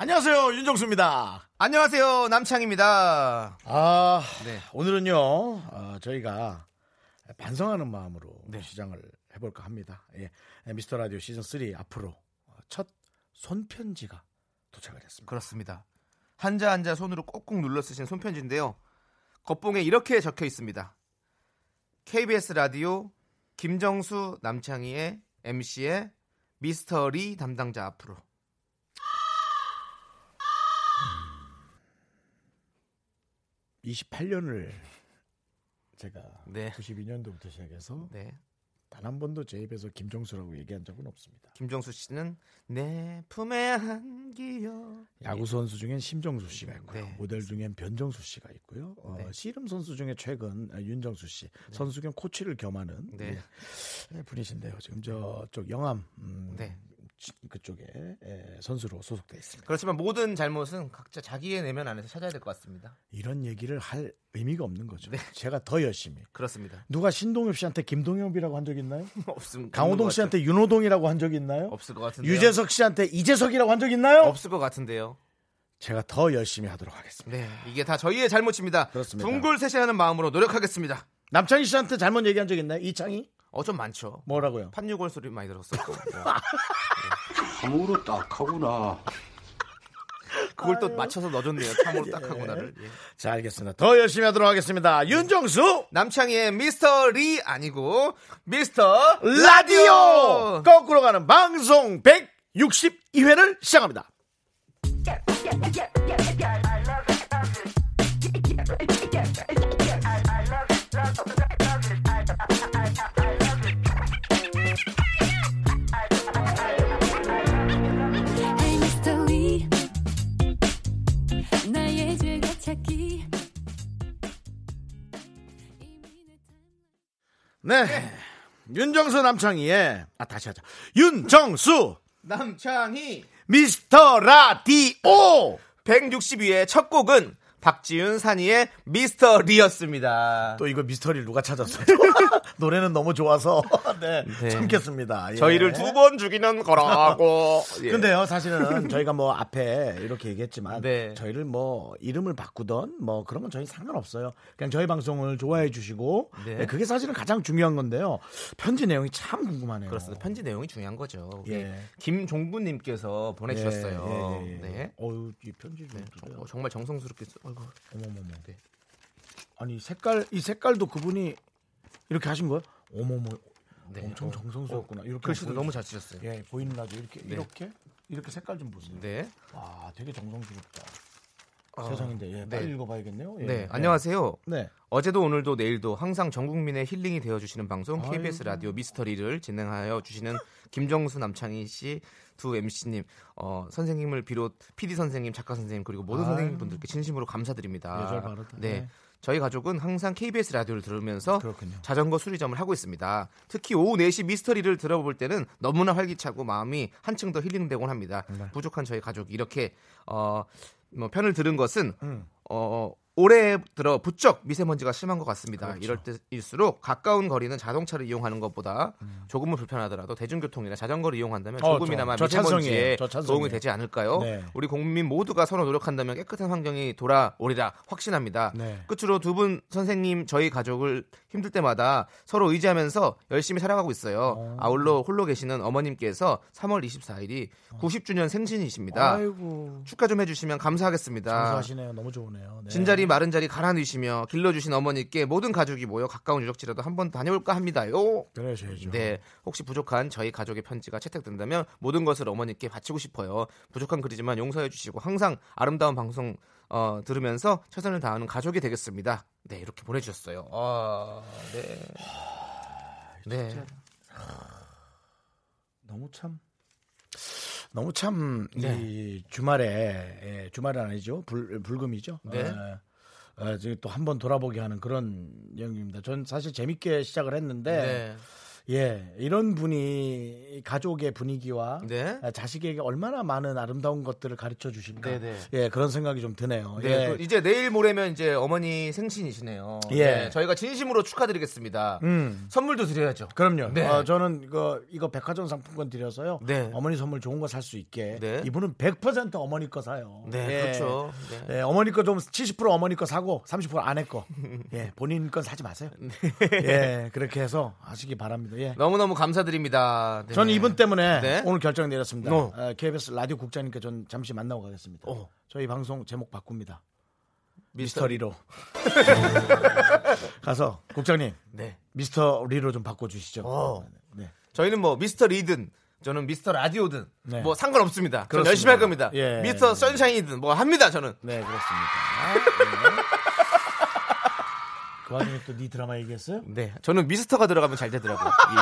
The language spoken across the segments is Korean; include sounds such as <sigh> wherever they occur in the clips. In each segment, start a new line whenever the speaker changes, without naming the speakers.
안녕하세요 윤정수입니다.
안녕하세요 남창입니다.
아
네.
오늘은요 어, 저희가 반성하는 마음으로 시장을 해볼까 합니다. 예, 미스터 라디오 시즌 3 앞으로 첫 손편지가 도착을 했습니다.
그렇습니다. 한자 한자 손으로 꾹꾹 눌러 쓰신 손편지인데요. 겉봉에 이렇게 적혀 있습니다. KBS 라디오 김정수 남창희의 MC의 미스터리 담당자 앞으로
그 28년을 제가
네.
92년도부터 시작해서
네
단 한 번도 제 입에서 김정수라고 얘기한 적은 없습니다.
김정수 씨는 내 품에 안기여
야구 선수 중엔 심정수 씨가 있고요.
예. 네.
모델 중엔 변정수 씨가 있고요. 어,
네.
씨름 선수 중에 최근 어, 윤정수 씨 선수 겸 코치를 겸하는
네.
예, 분이신데요. 지금 저쪽 영암 음,
네.
지- 그쪽에 예, 선수로 소속돼 있습니다.
그렇지만 모든 잘못은 각자 자기의 내면 안에서 찾아야 될 것 같습니다.
이런 얘기를 할 의미가 없는 거죠.
네.
제가 더 열심히.
그렇습니다.
누가 신동엽 씨한테 김동엽이라고 한 적 있나요?
<laughs> 없음
강호동 씨한테 윤호동이라고 한 적 있나요?
없을 것 같은데요.
유재석 씨한테 이재석이라고 한 적 있나요?
없을 것 같은데요.
제가 더 열심히 하도록 하겠습니다.
네, 이게 다 저희의 잘못입니다.
그렇습니다.
둥글세시하는 마음으로 노력하겠습니다.
남창희 씨한테 잘못 얘기한 적 있나요? 이창희?
어 좀 많죠.
뭐라고요?
판유골 소리 많이 들었었고 뭐.
<laughs> 참으로 딱하구나.
그걸 또 맞춰서 넣어줬네요. 참으로 딱하구나를. 예.
자, 알겠습니다. 더 열심히 하도록 하겠습니다. 윤정수
남창희의 미스터 리 아니고 미스터
라디오
라디오.
거꾸로 가는 방송 162회를 시작합니다.
Hey, Mr. Lee. 나의 즐겨찾기
네. 윤정수 남창희의 아 다시 하자. 윤정수
남창희
미스터 라디오
162의 첫 곡은 박지윤 산이의 미스터 리였습니다.
또 이거 미스터리를 누가 <laughs> 찾았어? 노래는 너무 좋아서 <laughs> 네,
네.
참겠습니다. 예.
저희를 두 번 죽이는
<laughs>
거라고. 예. <laughs>
근데요, 사실은 저희가 뭐 앞에 이렇게 얘기했지만
네.
저희를 뭐 이름을 바꾸던 뭐 그런 건 저희 상관없어요. 그냥 저희 방송을 좋아해 주시고
네.
네, 그게 사실은 가장 중요한 건데요. 편지 내용이 참 궁금하네요.
그렇습니다. 편지 내용이 중요한 거죠. 우리
아. 예.
김종부님께서 보내주셨어요.
예, 예, 예, 예.
네.
어유 이 편지 좀
어,
주세요.
정말 정성스럽게 쓰... 아이고.
어머머머.
네.
아니 색깔 이 색깔도 그분이 이렇게 하신 거예요? 어머머.
네.
엄청
어,
정성스럽구나. 이렇게
글씨도
보이-
너무 잘 쓰셨어요.
예, 보이는 라디오 이렇게 이렇게 이렇게 색깔 좀 보세요.
네.
와, 아, 되게 정성스럽다.
어,
세상인데 예, 빨리
네.
읽어봐야겠네요. 예.
네, 안녕하세요.
네.
어제도 오늘도 내일도 항상 전 국민의 힐링이 되어 주시는 방송 KBS
아이고.
라디오 미스터리를 진행하여 주시는 김정수 남창희 씨 두 MC님, 어, 선생님을 비롯 PD 선생님, 작가 선생님 그리고 모든
아유.
선생님분들께 진심으로 감사드립니다.
예절 바르다.
네.
네.
저희 가족은 항상 KBS 라디오를 들으면서
그렇군요.
자전거 수리점을 하고 있습니다. 특히 오후 4시 미스터리를 들어볼 때는 너무나 활기차고 마음이 한층 더 힐링되곤 합니다.
네.
부족한 저희 가족이 이렇게 어, 뭐 편을 들은 것은
음.
어, 올해 들어 부쩍 미세먼지가 심한 것 같습니다.
그렇죠.
이럴 때일수록 가까운 거리는 자동차를 이용하는 것보다 조금은 불편하더라도 대중교통이나 자전거를 이용한다면
음. 어,
조금이나마
저- 저 찬성이에요.
미세먼지에
저 찬성이에요.
도움이 되지 않을까요?
네.
우리 국민 모두가 서로 노력한다면 깨끗한 환경이 돌아오리라 확신합니다.
네.
끝으로 두 분 선생님 저희 가족을 힘들 때마다 서로 의지하면서 열심히 살아가고 있어요. 아울러 홀로 계시는 어머님께서 3월 24일이 90주년 생신이십니다.
아이고.
축하 좀 해주시면 감사하겠습니다.
아, 감사하시네요. 너무 좋으네요. 네.
진자리 마른 자리 갈아넣으시며 길러주신 어머니께 모든 가족이 모여 가까운 유적지라도 한번 다녀올까 합니다요.
그러셔야죠.
네, 혹시 부족한 저희 가족의 편지가 채택된다면 모든 것을 어머니께 바치고 싶어요. 부족한 글이지만 용서해 주시고 항상 아름다운 방송 어, 들으면서 최선을 다하는 가족이 되겠습니다. 네, 이렇게 보내주셨어요. 아, 네. 네,
너무 참 너무 참 이 네. 주말에 예, 주말은 아니죠 불, 불금이죠.
네.
어, 어, 지금 또한 번 돌아보게 하는 그런 영입니다. 전 사실 재밌게 시작을 했는데
네.
예 이런 분이 가족의 분위기와
네.
아, 자식에게 얼마나 많은 아름다운 것들을 가르쳐 주실까
네, 네.
예 그런 생각이 좀 드네요.
네,
예.
그 이제 내일 모레면 이제 어머니 생신이시네요.
예.
네, 저희가 진심으로 축하드리겠습니다.
음.
선물도 드려야죠.
그럼요.
네.
어, 저는 이거, 이거 백화점 상품권 드려서요.
네.
어머니 선물 좋은 거 살 수 있게.
네.
이분은 100% 어머니 거 사요.
네,
예.
그렇죠. 네.
예, 어머니 거 좀 70% 어머니 거 사고 30%
<laughs>
아내 거. 예, 본인 건 사지 마세요.
네.
예, 그렇게 해서 하시기 바랍니다. 예.
너무너무 감사드립니다. 네.
저는 이분 때문에
네.
오늘 결정 내렸습니다.
어.
어, KBS 라디오 국장님께 전 잠시 만나고 가겠습니다.
어.
저희 방송 제목 바꿉니다.
미스터 <laughs>
미스터리로. 가서 국장님
네.
미스터리로 좀 바꿔주시죠.
어.
네.
저희는 뭐 미스터 리든 저는 미스터 라디오든
네.
뭐 상관없습니다. 저는
그렇습니다.
열심히 할 겁니다.
예.
미스터 선샤인이든 뭐 합니다. 저는.
네 그렇습니다. <laughs> 네. 그 와중에 또 네 드라마 얘기했어요?
네. 저는 미스터가 들어가면 잘 되더라고요. 이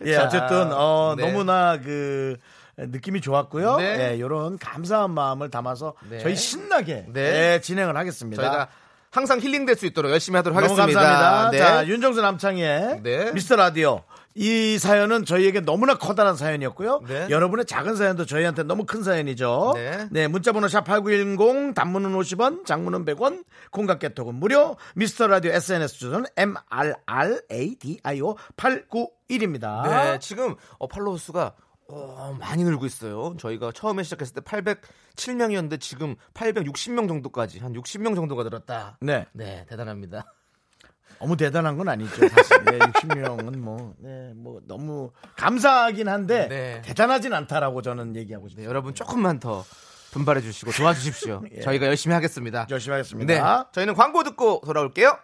일이. 예.
예,
자,
어쨌든 어,
네.
너무나 그 느낌이 좋았고요.
네.
예, 이런 감사한 마음을 담아서
네.
저희 신나게
네.
예, 진행을 하겠습니다.
저희가 항상 힐링될 수 있도록 열심히 하도록
너무
하겠습니다.
감사합니다.
네.
자, 윤정수 남창의
네.
미스터 라디오. 이 사연은 저희에게 너무나 커다란 사연이었고요.
네.
여러분의 작은 사연도 저희한테 너무 큰 사연이죠.
네.
문자번호 샵8910 단문은 50원, 장문은 100원, 콩깍개톡은 무료. 미스터 라디오 SNS 주소는 MRRADIO 891입니다.
네, 지금 어, 팔로워 수가 어, 많이 늘고 있어요. 저희가 처음에 시작했을 때 807명이었는데 지금 860명 정도까지 한 60명 정도가 늘었다.
네.
네, 대단합니다. <laughs>
너무 대단한 건 아니죠. 사실. 네, 60명은 뭐, 네, 뭐 너무 감사하긴 한데
네.
대단하진 않다라고 저는 얘기하고 싶습니다.
네, 여러분 조금만 더 분발해 주시고 도와주십시오.
<laughs> 예.
저희가 열심히 하겠습니다.
열심히 하겠습니다.
네, 저희는 광고 듣고 돌아올게요.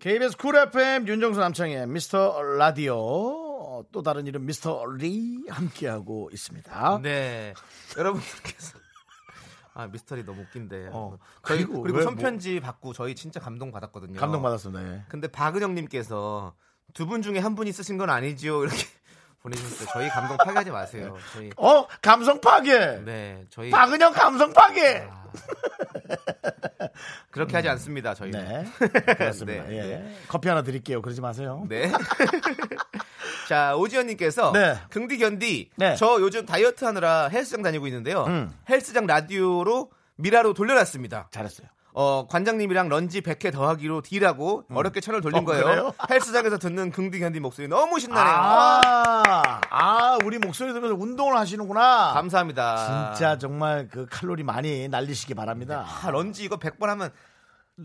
KBS 쿨 FM 윤정수 남창의 미스터 라디오 또 다른 이름 미스터 리 함께하고 있습니다.
네, 여러분들께서 <laughs> 아 미스터리 너무 웃긴데
어,
저희
그리고
그리고,
왜
손편지 받고 저희 진짜 감동 받았거든요.
감동받았습니다. 예.
근데 박은영님께서 두 분 중에 한 분이 쓰신 건 아니지요 이렇게 <laughs> 보내주셨어요. 저희 감동 파괴하지 마세요. 저희
어 감성 파괴.
네 아. 저희
박은영 감성 파괴.
그렇게 하지 않습니다. 저희
네
<laughs> 는
그렇습니다.
네,
예. 커피 하나 드릴게요. 그러지 마세요.
네. <laughs> 자 오지현님께서
네.
긍디 견디
네.
저 요즘 다이어트 하느라 헬스장 다니고 있는데요.
음.
헬스장 라디오로 미라로 돌려놨습니다.
잘했어요.
어, 관장님이랑 런지 100회 더하기로 D라고 어렵게 채널 돌린
어,
거예요.
그래요?
헬스장에서 듣는 긍디 견디 목소리 너무 신나네요.
아, 아 우리 목소리 들으면서 운동을 하시는구나.
감사합니다.
진짜 정말 그 칼로리 많이 날리시기 바랍니다.
아, 런지 이거 100번 하면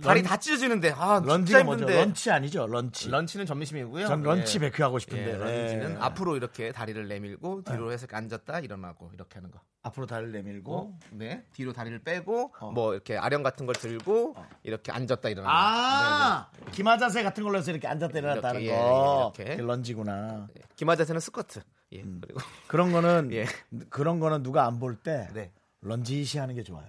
다리
런-
다 찢어지는데 아 진짜
런치가 뭐죠?
힘든데
런치 아니죠? 런치.
는 점심이고요.
전 런치
예.
백 100회 하고
예,
싶은데. 네.
런치는
예.
앞으로 이렇게 다리를 내밀고 뒤로 해서 이렇게 앉았다 일어나고 이렇게 하는 거.
앞으로 다리를 내밀고.
네 뒤로 다리를 빼고 뭐 이렇게 아령 같은 걸 들고 이렇게 앉았다 일어나.
아, 기마자세 같은 걸로 해서 이렇게 앉았다 일어났다는
이렇게,
거.
예, 예, 이렇게.
이게 런지구나.
기마자세는 스쿼트. 예 그리고
그런 거는
예.
그런 거는 누가 안 볼 때
네.
런지시 하는
<laughs>
게 좋아요.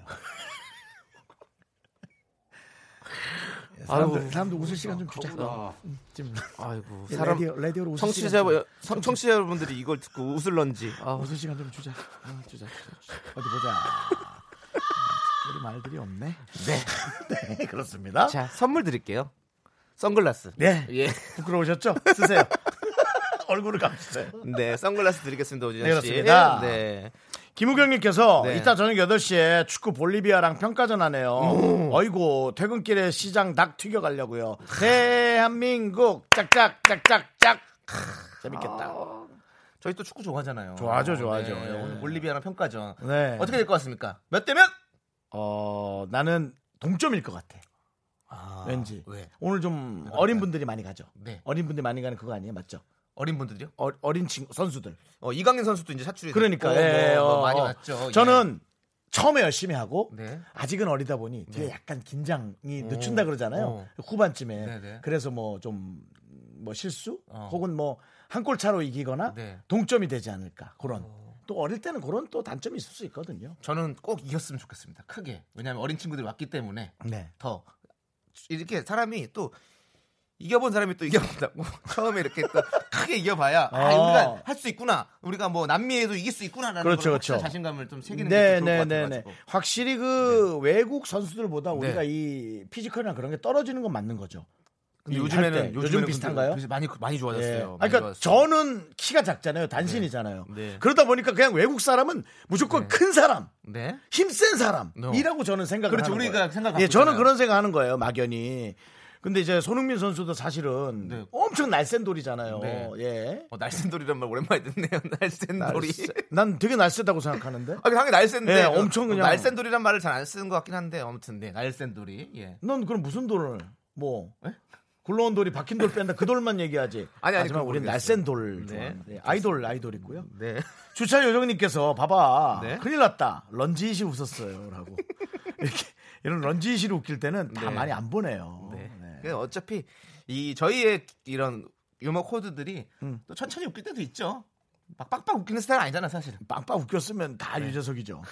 예, 사람들, 사람들 웃을 시간 좀 주자. 지금
<laughs> 아이고
사람,
사람
라디오, 라디오로 웃을
청취자 뭐
시간 좀-
여- 청- 청취자 여러분들이 이걸 듣고 웃을런지 아,
웃을 시간 좀 주자. 아, 주자. 주자. 어디 보자. 우리 말들이 없네. <laughs> 네, 네 그렇습니다.
자 선물 드릴게요. 선글라스.
네.
예.
부끄러우셨죠? 쓰세요. <laughs> 얼굴을 감으세요.
네, 선글라스 드리겠습니다, 오진영
네,
씨.
그렇습니다.
네.
김우경님께서
네.
이따 저녁 8시에 축구 볼리비아랑 평가전 하네요. 어이고, 퇴근길에 시장 닭 튀겨 가려고요. 대한민국 짝짝 짝짝짝. 크, 재밌겠다.
저희 또 축구 좋아하잖아요.
좋아하죠, 좋아하죠.
네,
예.
오늘 볼리비아랑 평가전.
네.
어떻게 될 것 같습니까? 몇 대 몇?
어, 나는 동점일 것 같아. 왠지. 오늘 좀 어린 분들이 많이 가죠.
네.
어린 분들이 많이 가는 그거 아니에요? 맞죠?
어린 분들이요?
어, 어린 친구 선수들.
어, 이강인 선수도 이제 사출이
그러니까
됐고,
예,
뭐, 뭐
어,
많이
어.
왔죠. 예.
저는 처음에 열심히 하고
네.
아직은 어리다 보니 뒤에 약간 긴장이 늦춘다 그러잖아요.
어.
후반쯤에
네네.
그래서 뭐 좀 뭐 실수
어.
혹은 뭐 한 골 차로 이기거나
네.
동점이 되지 않을까 그런 또 어릴 때는 그런 또 단점이 있을 수 있거든요.
저는 꼭 이겼으면 좋겠습니다. 네. 크게. 왜냐하면 어린 친구들이 왔기 때문에
네.
더 이렇게 사람이 또 이겨본 사람이 또 이겨본다고 <laughs> 처음에 이렇게 또 크게 이겨봐야 아, 우리가 할 수 있구나 우리가 뭐 남미에도 이길 수 있구나라는
어. 그렇죠,
걸
그렇죠.
자신감을 좀 새기는 게 좋을 것
네네네네.
같아가지고
확실히 그 외국 선수들보다 우리가
네.
이 피지컬이나 그런 게 떨어지는 건 맞는 거죠.
근데
이
요즘에는
할 때.
요즘에는
요즘
근데
비슷한가요?
그래서 많이 많이
예.
좋아졌어요. 많이
아니, 그러니까
좋아졌어요.
저는 키가 작잖아요. 단신이잖아요.
네. 네.
그러다 보니까 그냥 외국 사람은 무조건
네.
큰 사람,
네.
힘센
No.
사람이라고 저는 생각을
그렇죠.
하는
우리가
거예요.
생각 갖고
예, 저는
있잖아요.
그런 생각하는 거예요. 막연히. 근데 이제 손흥민 선수도 사실은
네.
엄청 날쌘 돌이잖아요.
네.
예.
어, 날쌘돌이란 말 오랜만에 듣네요. <laughs> 날쌘돌이.
날쌘- 난 되게 날쌘다고 생각하는데.
아, 당연히 날쌘데.
네, 엄청 그냥-
날쌘돌이란 말을 잘 안 쓰는 것 같긴 한데 아무튼 네, 날쌘돌이. 예.
넌 그럼 무슨 돌을 뭐 굴러온 돌이 박힌 돌 뺀다 그 돌만 얘기하지.
네? 아니, 아니,
하지만
그건
우린
모르겠어요.
날쌘 돌
네.
좋아합니다. 예, 아이돌 아이돌 있고요.
네.
주차 요정님께서 봐봐
네.
큰일 났다 런지이시 웃었어요라고 <laughs> 이렇게 이런 런지이시로 웃길 때는 다
네.
많이 안 보내요.
네.
네.
그러니까 어차피 이 저희의 이런 유머 코드들이 또 천천히 웃길 때도 있죠. 막 빡빡 웃기는 스타일 아니잖아, 사실.
빵빵 웃겼으면 다
네. <laughs>
유재석이죠.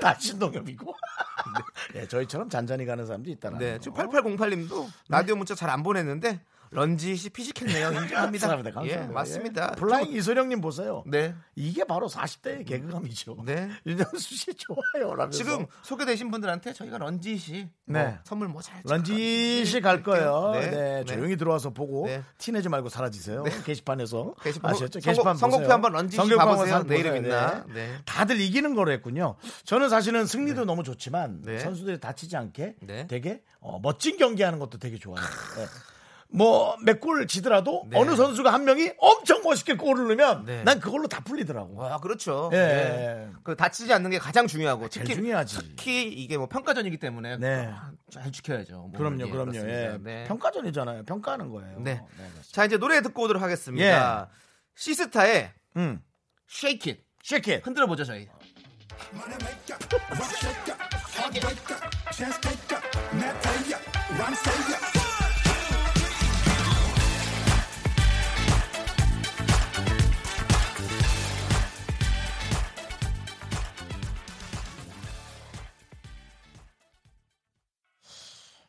다 신동엽이고. <laughs> 예, 저희처럼 잔잔히 가는 사람도 있다라.
네. 지금 8808님도 라디오 문자 잘 안 보냈는데 런지시 피식했네요. <laughs> 인정합니다.
감사합니다. 감사합니다.
예, 맞습니다.
예. 블라잉 이소령님 보세요.
네. 음.
이게 바로 40대의 개그감이죠.
네.
<laughs> 윤정수 씨 좋아요. 라면서.
지금 소개되신 분들한테 저희가 런지시
네.
선물 뭐 잘
런지 씨 갈 거예요. 네.
네. 네.
조용히 들어와서 보고
네.
티내지 말고 사라지세요. 게시판에서
게시판, 뭐
아셨죠?
선거-
게시판
선거표
보세요.
한번 런지 씨
선거표 한번
봐보세요.
사-
내일은
보세요.
있나?
네.
네.
다들 이기는 거로 했군요. 저는 사실은 승리도 너무 좋지만
네.
선수들이 다치지 않게
네.
되게 어, 멋진 경기하는 것도 되게 좋아요. 네. 뭐, 몇 골 지더라도 어느 선수가 한 명이 엄청 멋있게 골을 넣으면
네.
난 그걸로 다 풀리더라고.
와 그렇죠.
예. 아,
예. 그 다치지 않는 게 가장 중요하고
제일
특히-
중요하지.
특히 이게 뭐 평가전이기 때문에
네.
잘 지켜야죠. 몸을.
그럼요,
아, 예,
그럼요.
그렇습니다.
예.
네.
평가전이잖아요. 평가하는 거예요.
네.
맞습니다. 예.
자 이제 노래 듣고 오도록 하겠습니다. 시스타의
음.
Shake It
쉐킷.
흔들어 보죠 저희.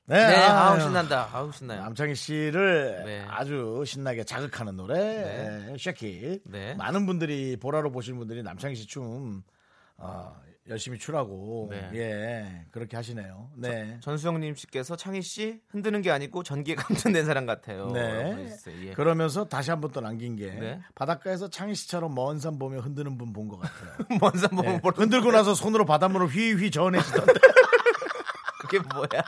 네,
네, 아우
아유.
신난다. 아우 신나요.
남창희 씨를
네.
아주 신나게 자극하는 노래 예,
네.
쉐킷
네.
많은 분들이 보라로 보신 분들이 남창희 씨춤 어, 열심히 추라고
네.
예 그렇게 하시네요 네.
전수영님 씨께서 창희 씨 흔드는 게 아니고 전기에 감전된 사람 같아요. 라고
네.
해주셨어요. 예.
그러면서 다시 한 번 또 남긴 게
네.
바닷가에서 창희 씨처럼 먼 산 보며 흔드는 분 본
<laughs>
것 같아요.
<laughs> 먼산 보면
예.
모르-
흔들고 나서 손으로 바닷물을
<laughs>
휘휘 저어내시던데.
그게 뭐야?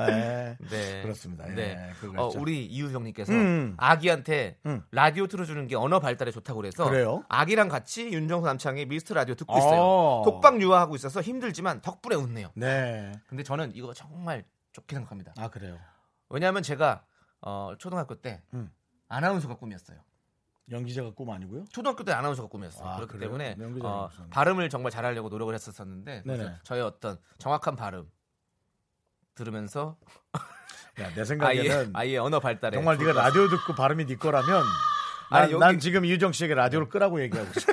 예.
네.
그렇습니다. 예,
네.
그거
어,
있죠.
우리 이유정님께서
음.
아기한테
음.
라디오 틀어주는 게 언어 발달에 좋다고 그래서
그래요?
아기랑 같이 윤정수 남창의 미스터 라디오 듣고
아.
있어요. 독방 유아하고 있어서 힘들지만 덕분에 웃네요.
네.
근데 저는 이거 정말 좋게 생각합니다.
아 그래요.
왜냐하면 제가 어, 초등학교 때
음.
아나운서가 꿈이었어요.
연기자가 꿈 아니고요.
초등학교 때 아나운서가 꿈이었어요.
아,
그렇기
그래요?
때문에
연기자는
어,
무슨-
발음을 정말 잘하려고 노력을 했었었는데 그래서
네네.
저의 어떤 정확한 발음 들으면서
야, 내
아이의,
생각에는
아이의 언어 발달에
정말 네가 라디오 듣고 발음이 네 거라면 난,
아니, 여기- 네.
난 지금 이유정 씨에게 라디오를 끄라고 얘기하고 싶어.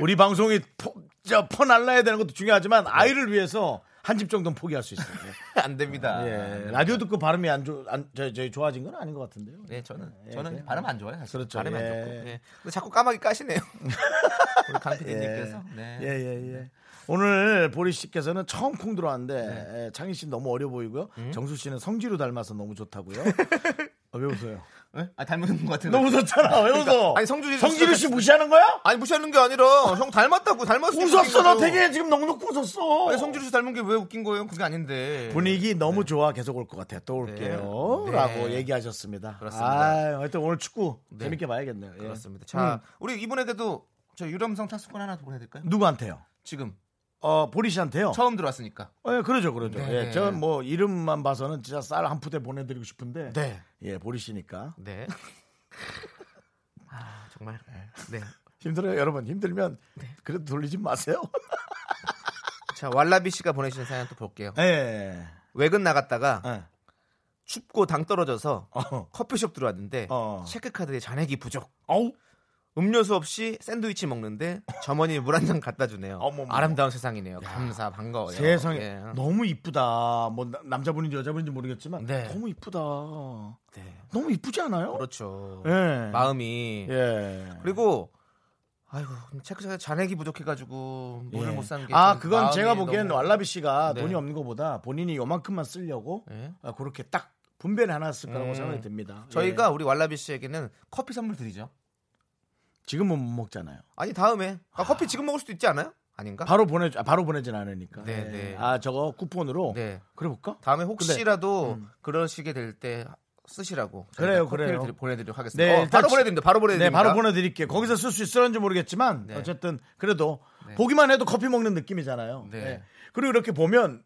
우리 방송이 포, 저, 퍼날라야 되는 것도
네.
중요하지만 아이를 위해서 한 집 정도는 포기할 수 있어요.
<laughs> 안 됩니다.
예, 라디오 듣고 발음이 안, 좋, 안 저, 저, 좋아진 건 아닌 것 같은데요.
네, 저는
예,
저는
네.
발음 안 좋아요. 사실.
그렇죠.
발음 안
예.
좋고. 예. 근데 자꾸 까마귀 까시네요. <laughs> 우리 강피디님께서. 네.
예, 예, 예. 오늘 보리 씨께서는 처음 콩 들어왔는데
네.
예, 창희 씨는 너무 어려 보이고요.
음?
정수 씨는 성지로 닮아서 너무
<laughs>
좋다고요. 아, 왜 웃어요?
예? 아 닮은 것 같은.
너무 좋잖아. 왜 웃어?
그러니까, 아니, 성지로 씨-
성지로 씨 무시하는 거야?
아니 무시하는 게 아니라 형 닮았다고 닮았어.
웃었어 나 되게 지금 넉넉 웃었어.
아니, 성주리 씨 닮은 게 왜 웃긴 거예요? 그게 아닌데.
분위기 너무 좋아 계속 올 것 같아요. 또 올게요.
네.
라고 얘기하셨습니다.
그렇습니다.
아, 하여튼 오늘 축구
네.
재밌게 봐야겠네요. 예.
그렇습니다. 자, 우리 이분에게도 저 유람성 탑승권 하나 보내드릴까요?
누구한테요?
지금
어, 보리 씨한테요?
처음 들어왔으니까.
예, 그러죠, 그러죠.
네.
예, 전뭐 이름만 봐서는 진짜 쌀 한 푸대 보내드리고 싶은데.
네.
예, 보리 씨니까.
네. 아 정말. 네.
힘들어요, 여러분. 힘들면 그래도
<laughs>
돌리지 마세요.
자 왈라비 씨가 보내주신 사연 또 볼게요.
예.
외근 나갔다가
예.
춥고 당 떨어져서
어.
커피숍 들어왔는데
어.
체크카드에 잔액이 부족.
어우.
음료수 없이 샌드위치 먹는데 점원이 물 한 잔 갖다 주네요.
어머머.
아름다운 세상이네요. 감사 반가워요.
세상에
예.
너무 이쁘다. 뭐 나- 남자분인지 여자분인지 모르겠지만
네.
너무 이쁘다.
네.
너무 이쁘지 않아요?
그렇죠.
예.
마음이
예.
그리고 아이고 체크가 잔액이 부족해가지고 물을
예.
못 산 게.
아,
좀
그건
마음이
제가 보기엔
너무-
왈라비 씨가
네.
돈이 없는 것보다 본인이 요만큼만 쓰려고
예.
아, 그렇게 딱 분배를 해놨을 거라고
음.
생각이 듭니다.
저희가
예.
우리 왈라비 씨에게는 커피 선물 드리죠.
지금은 못 먹잖아요.
아니 다음에 아, 커피 지금 먹을 수도 있지 않아요? 아닌가?
바로 보내 아, 바로 보내진 않으니까.
네,
예.
네.
아 저거 쿠폰으로
네.
그래볼까?
다음에 혹시라도
음.
그러시게 될 때 쓰시라고.
그래요,
저희가 커피를
그래요.
드리- 보내드리도록 하겠습니다.
네,
어,
일단
바로
치-
보내드립니다. 바로 보내드립니다.
네, 바로 보내드릴게요. 거기서 쓸 수 있을는지 모르겠지만
네.
어쨌든 그래도
네.
보기만 해도 커피 먹는 느낌이잖아요.
네.
네. 그리고 이렇게 보면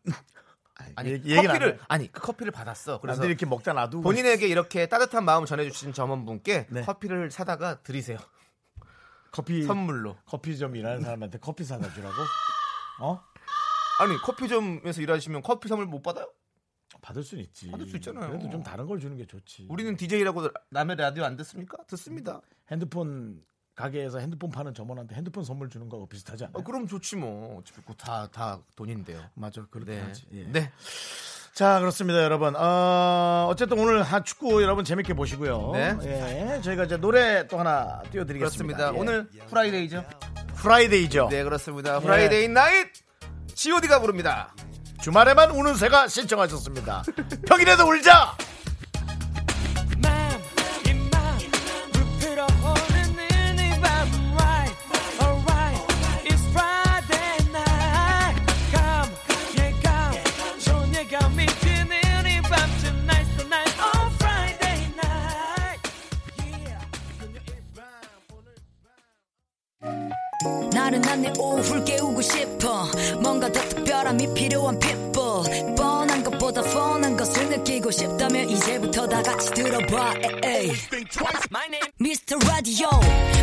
아니
얘기- 얘기는 안
커피를
해요.
아니 그 커피를 받았어. 그래서
남들이 이렇게 먹다 놔두고
본인에게 이렇게 따뜻한 마음을 전해주신 점원분께
네.
커피를 사다가 드리세요.
커피
선물로.
커피점 일하는 사람한테 커피 사다 주라고?
<laughs>
어?
아니 커피점에서 일하시면 커피 선물 못 받아요?
받을 순 있지.
받을 수 있잖아요.
그래도 좀 다른 걸 주는 게 좋지.
우리는 DJ라고 남의 라디오 안 듣습니까? 듣습니다.
핸드폰 가게에서 핸드폰 파는 점원한테 핸드폰 선물 주는 거하고 비슷하지 않아요?
어, 그럼 좋지 뭐. 어차피 다다 돈인데요.
맞아, 그렇게
네.
하지. 예.
네.
자, 그렇습니다, 여러분. 어, 쨌든 오늘 하- 축구 여러분 재밌게 보시고요.
네.
예, 저희가 이제 노래 또 하나 띄워드리겠습니다.
그렇습니다.
예.
오늘 프라이데이죠?
프라이데이죠.
네, 그렇습니다. 프라이데이
예.
나잇! GOD가 부릅니다.
주말에만 우는 새가 신청하셨습니다. 평일에도 울자.
나른한 내 오후를 깨우고 싶어 뭔가 더 특별함이 필요한 people 뻔한 것보다 뻔한 것을 느끼고 싶다면 이제부터 다 같이 들어봐 에이. Mr. Radio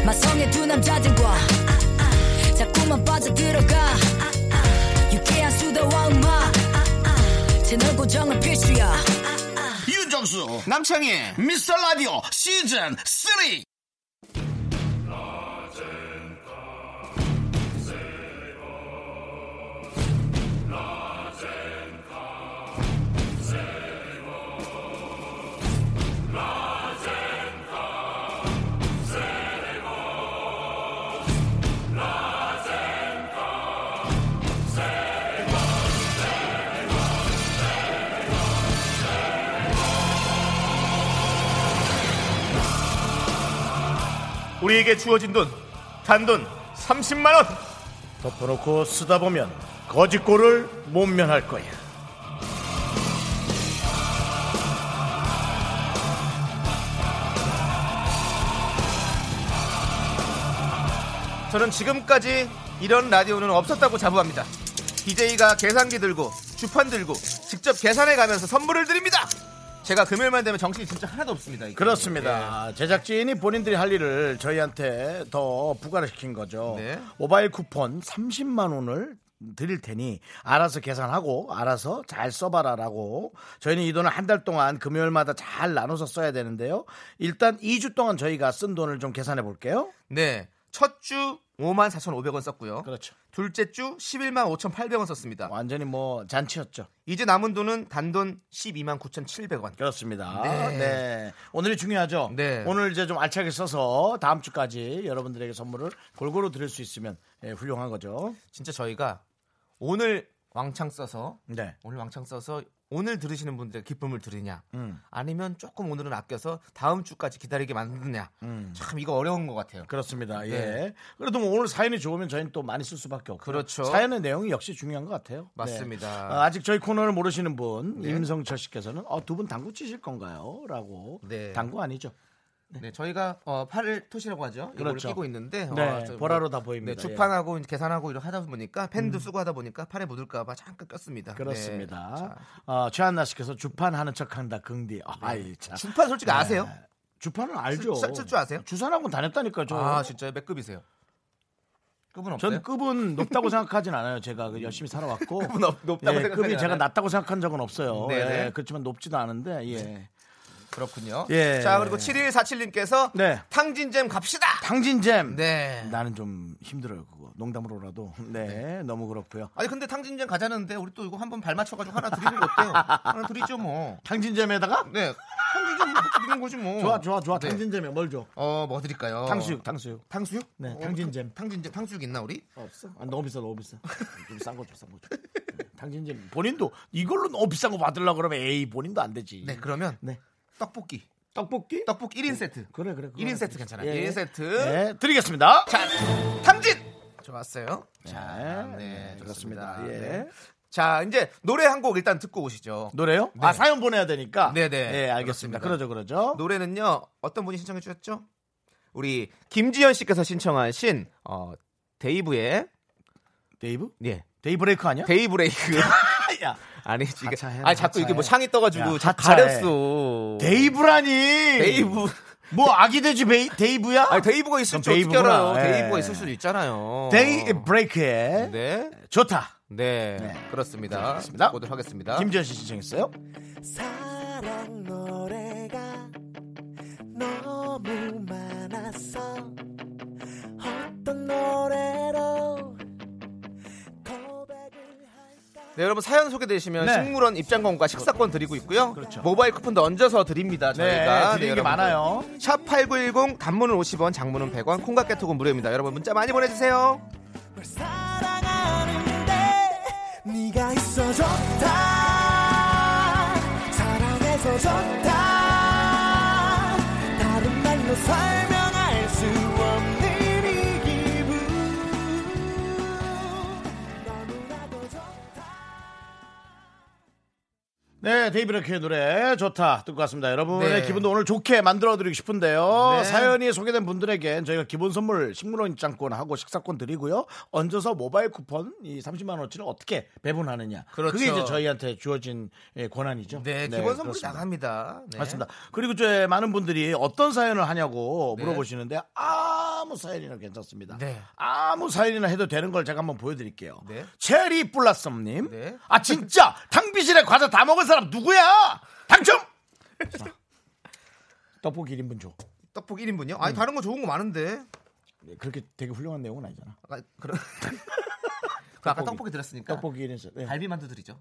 마성의 두 남자들과 자꾸만 빠져들어가 유쾌한 수다와 음악 채널 고정은 필수야
윤정수
남창희!
미스터 라디오 시즌 3.
우리에게 주어진 돈, 단돈 30만원!
덮어놓고 쓰다 보면 거짓골을 못 면할 거야.
저는 지금까지 이런 라디오는 없었다고 자부합니다. DJ가 계산기 들고 주판 들고 직접 계산해 가면서 선물을 드립니다. 제가 금요일만 되면 정신이 진짜 하나도 없습니다. 이게. 예.
그렇습니다. 아, 제작진이 본인들이 할 일을 저희한테 더 부과를 시킨 거죠.
네.
모바일 쿠폰 30만 원을 드릴 테니 알아서 계산하고 알아서 잘 써봐라라고 저희는 이 돈을 한 달 동안 금요일마다 잘 나눠서 써야 되는데요. 일단 2주 동안 저희가 쓴 돈을 좀 계산해 볼게요.
네. 첫 주 5만 4,500원 썼고요.
그렇죠.
둘째 주 11만 5,800원 썼습니다.
완전히 뭐 잔치였죠.
이제 남은 돈은 단돈 12만 9,700원.
그렇습니다. 네.
네.
오늘이 중요하죠.
네.
오늘 이제 좀 알차게 써서 다음 주까지 여러분들에게 선물을 골고루 드릴 수 있으면 예, 훌륭한 거죠.
진짜 저희가 오늘 왕창 써서
네.
오늘 왕창 써서 오늘 들으시는 분들의 기쁨을 드리냐
음.
아니면 조금 오늘은 아껴서 다음 주까지 기다리게 만드냐
음.
참 이거 어려운 것 같아요
그렇습니다. 예.
네.
그래도 뭐 오늘 사연이 좋으면 저희는 또 많이 쓸 수밖에 없고.
그렇죠.
사연의 내용이 역시 중요한 것 같아요.
맞습니다. 네.
네. 아, 아직 저희 코너를 모르시는 분 임성철 씨께서는 어, 두 분 당구 치실 건가요?라고.
네.
당구 아니죠.
네, 저희가 어, 팔을 토시라고 하죠 이걸
그렇죠.
끼고 있는데
네,
어, 저 뭐,
보라로 다 보입니다. 예. 음.
네, 주판하고 이제 계산하고 이렇게 하다 보니까 펜도 쓰고 하다 보니까 팔에 묻을까 봐 잠깐 꼈습니다 네.
그렇습니다.
자, 네.
어, 최한나 씨께서 주판 하는 척한다 긍디. 아이 참.
주판 솔직히 아세요?
네. 주판은 알죠.
쓸- 쓸줄 아세요?
주산학원 다녔다니까요. 저.
아 진짜요? 몇 급이세요? 급은 없어요?
전
<laughs>
급은 높다고 생각하진 않아요. 제가 그 열심히 살아왔고 급은
높- 높다고 생각하진
급이 제가
않아요? 네,
낮다고 생각한 적은 없어요.
네네.
예, 그렇지만 높지도 않은데 예.
그렇군요.
예.
자, 그리고 7147님께서
네.
탕진잼 갑시다.
탕진잼.
네.
나는 좀 힘들어요 그거. 농담으로라도. <laughs> 네, 너무 그렇고요.
아니 근데 탕진잼 가자는데 우리 또 이거 한번 발 맞춰가지고 하나 드리는 거 어때요? 하나 드리죠 뭐.
탕진잼에다가
네. 탕진잼 뭐 드리는 거지 뭐.
좋아 좋아 좋아.
네.
탕진잼에 뭘 줘?
어, 뭐 드릴까요?
탕수육 탕수육.
탕수육?
네,
어,
탕진잼.
탕- 탕진잼. 탕수육 있나 우리?
없어? 아, 너무 비싸
<laughs>
너무 비싸. 좀 싼 거 줘 싼 거 줘. 네, 탕진잼 본인도 이걸로 너무 비싼 거 받으려고 그러면 에이 본인도 안 되지.
네, 그러면
네.
떡볶이.
떡볶이?
떡볶이 1인 세트.
그래 그래. 그거
1인
하나
세트
드리죠.
괜찮아요.
예,
1인
예.
세트.
네, 드리겠습니다.
자, 탕진! 좋았어요.
자,
네, 좋습니다.
좋습니다. 예.
네. 자, 이제 노래 한 곡 일단 듣고 오시죠.
노래요? 아 사연 보내야 되니까.
네, 네.
예,
그렇습니다.
알겠습니다. 그러죠 그러죠.
어? 노래는요 어떤 분이 신청해 주셨죠? 우리 김지현 씨께서 신청하신 어, 데이브의
데이브?
예
데이브레이크 아니야? <laughs> 아,
데이브레이크
야,
아니지 이게
하차해,
아 자꾸 이게 뭐
하차해.
창이 떠가지고
야,
자
하차해.
가렸어
데이브라니.
뭐. 데이브
뭐 아기 돼지 베이, 데이브야?
아 데이브가 있을 줄
그럼
어떻게 알아요?
데이브구나. 예.
데이브가 있을 수도 있잖아요.
데이브레이크에
어. 네.
좋다.
네,
네.
그렇습니다.
알겠습니다.
보도록 하겠습니다.
김지현 씨 신청했어요.
사랑 노래가 너무 많았어 어떤 노래로 고백을 할까
네, 여러분 사연 소개되시면
네. 그렇죠.
식물원 입장권과 식사권 드리고 있고요. 모바일 쿠폰도 얹어서 드립니다. 저희가
네, 드리는 게
여러분들.
많아요.
샵8910 단문은 50원, 장문은 100원, 콩과 깨톡은 무료입니다. 여러분 문자 많이 보내주세요.
널 사랑하는데 네가 있어 좋다 사랑해서 좋다 다른 말로 설명할 수 없는 이 기분 너무나도 좋다
네, 데이브레이크의 노래 좋다 듣고 왔습니다. 여러분의
네.
기분도 오늘 좋게 만들어드리고 싶은데요.
네.
사연이 소개된 분들에겐 저희가 기본 선물 식물원 입장권하고 식사권 드리고요. 얹어서 모바일 쿠폰 이 30만 원치를 어떻게 배분하느냐.
그렇죠.
게 이제 저희한테 주어진 예, 권한이죠.
네, 기본 선물이
그렇습니다.
나갑니다. 네.
맞습니다. 그리고 저 많은 분들이 어떤 사연을 하냐고 물어보시는데 아무 사연이나 괜찮습니다.
네.
아무 사연이나 해도 되는 걸 제가 한번 보여드릴게요.
네.
체리 플라썸님,
네.
아 진짜 탕비실에 과자 다 먹은 사람 누구야? 당첨! 자, 떡볶이 1인분 줘.
떡볶이 1인분요? 아니 다른 거 좋은 거 많은데.
네, 그렇게 되게 훌륭한 내용은 아니잖아.
아까 <laughs> 그럼 그 아까 떡볶이
떡볶이.
드렸으니까
떡볶이 1인분. 네.
갈비만두 드리죠.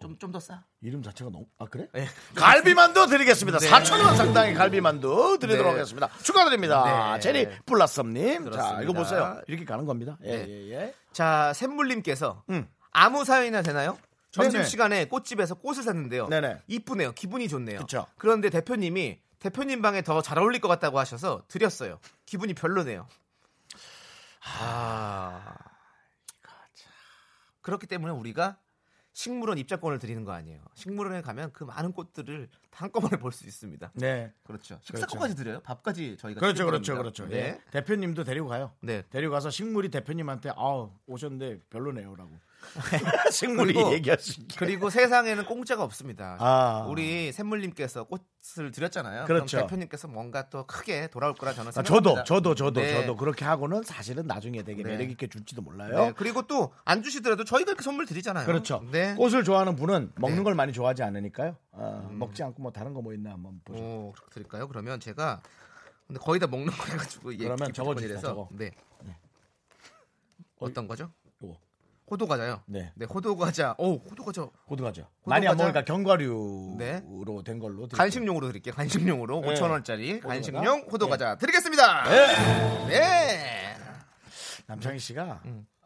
좀 좀 더 싸.
이름 자체가 너무 아 그래?
네.
갈비만두 드리겠습니다.
네.
4천 원 상당의 갈비만두 드리도록
네.
하겠습니다. 축하드립니다.
네.
제리 플라썸님, 자
그렇습니다.
이거 보세요. 이렇게 가는 겁니다. 예,
네.
예, 예.
자, 샘물님께서
음.
아무 사연이나 되나요? 점심
네네.
시간에 꽃집에서 꽃을 샀는데요.
네네.
이쁘네요. 기분이 좋네요.
그쵸.
런데 대표님이 대표님 방에 더 잘 어울릴 것 같다고 하셔서 드렸어요. 기분이 별로네요. 아, 그렇기 때문에 우리가 식물원 입장권을 드리는 거 아니에요. 식물원에 가면 그 많은 꽃들을 다 한꺼번에 볼 수 있습니다.
네.
그렇죠. 식사권까지 드려요. 밥까지 저희가
그렇죠,
드리는
그렇죠,
겁니다.
그렇죠.
네.
예. 대표님도 데리고 가요.
네.
데리고 가서 식물이 대표님한테 아 오셨는데 별로네요라고. <laughs> 식물이
그리고-
얘기하시기.
그리고 세상에는 공짜가 없습니다.
아.
우리 샘물님께서 꽃을 드렸잖아요.
그렇죠.
그럼 대표님께서 뭔가 또 크게 돌아올 거라 저는
아,
생각합니다.
저도, 저도, 저도,
네.
저도 그렇게 하고는 사실은 나중에 되게
네.
매력 있게 줄지도 몰라요.
네, 그리고 또 안 주시더라도 저희가 이렇게 선물 드리잖아요.
그렇죠.
네.
꽃을 좋아하는 분은 먹는
네.
걸 많이 좋아하지 않으니까요. 아, 먹지 않고 뭐 다른 거 뭐 있나 한번 보죠.
오, 그렇게 드릴까요? 그러면 제가 근데 거의 다 먹는 거여 가지고
그러면 저거 드리자, 저거.
네. 어떤 거죠?
요거.
호두 과자요.
네.
호두 과자. 오, 호두 과자.
고등어죠.
고등어죠?
많이 안 먹으니까 견과류로
네.
된 걸로. 드릴게요.
간식용으로 드릴게요. 간식용으로
네.
5천 원짜리
호두
간식용 호두 과자 드리겠습니다. 네.
남창희 씨가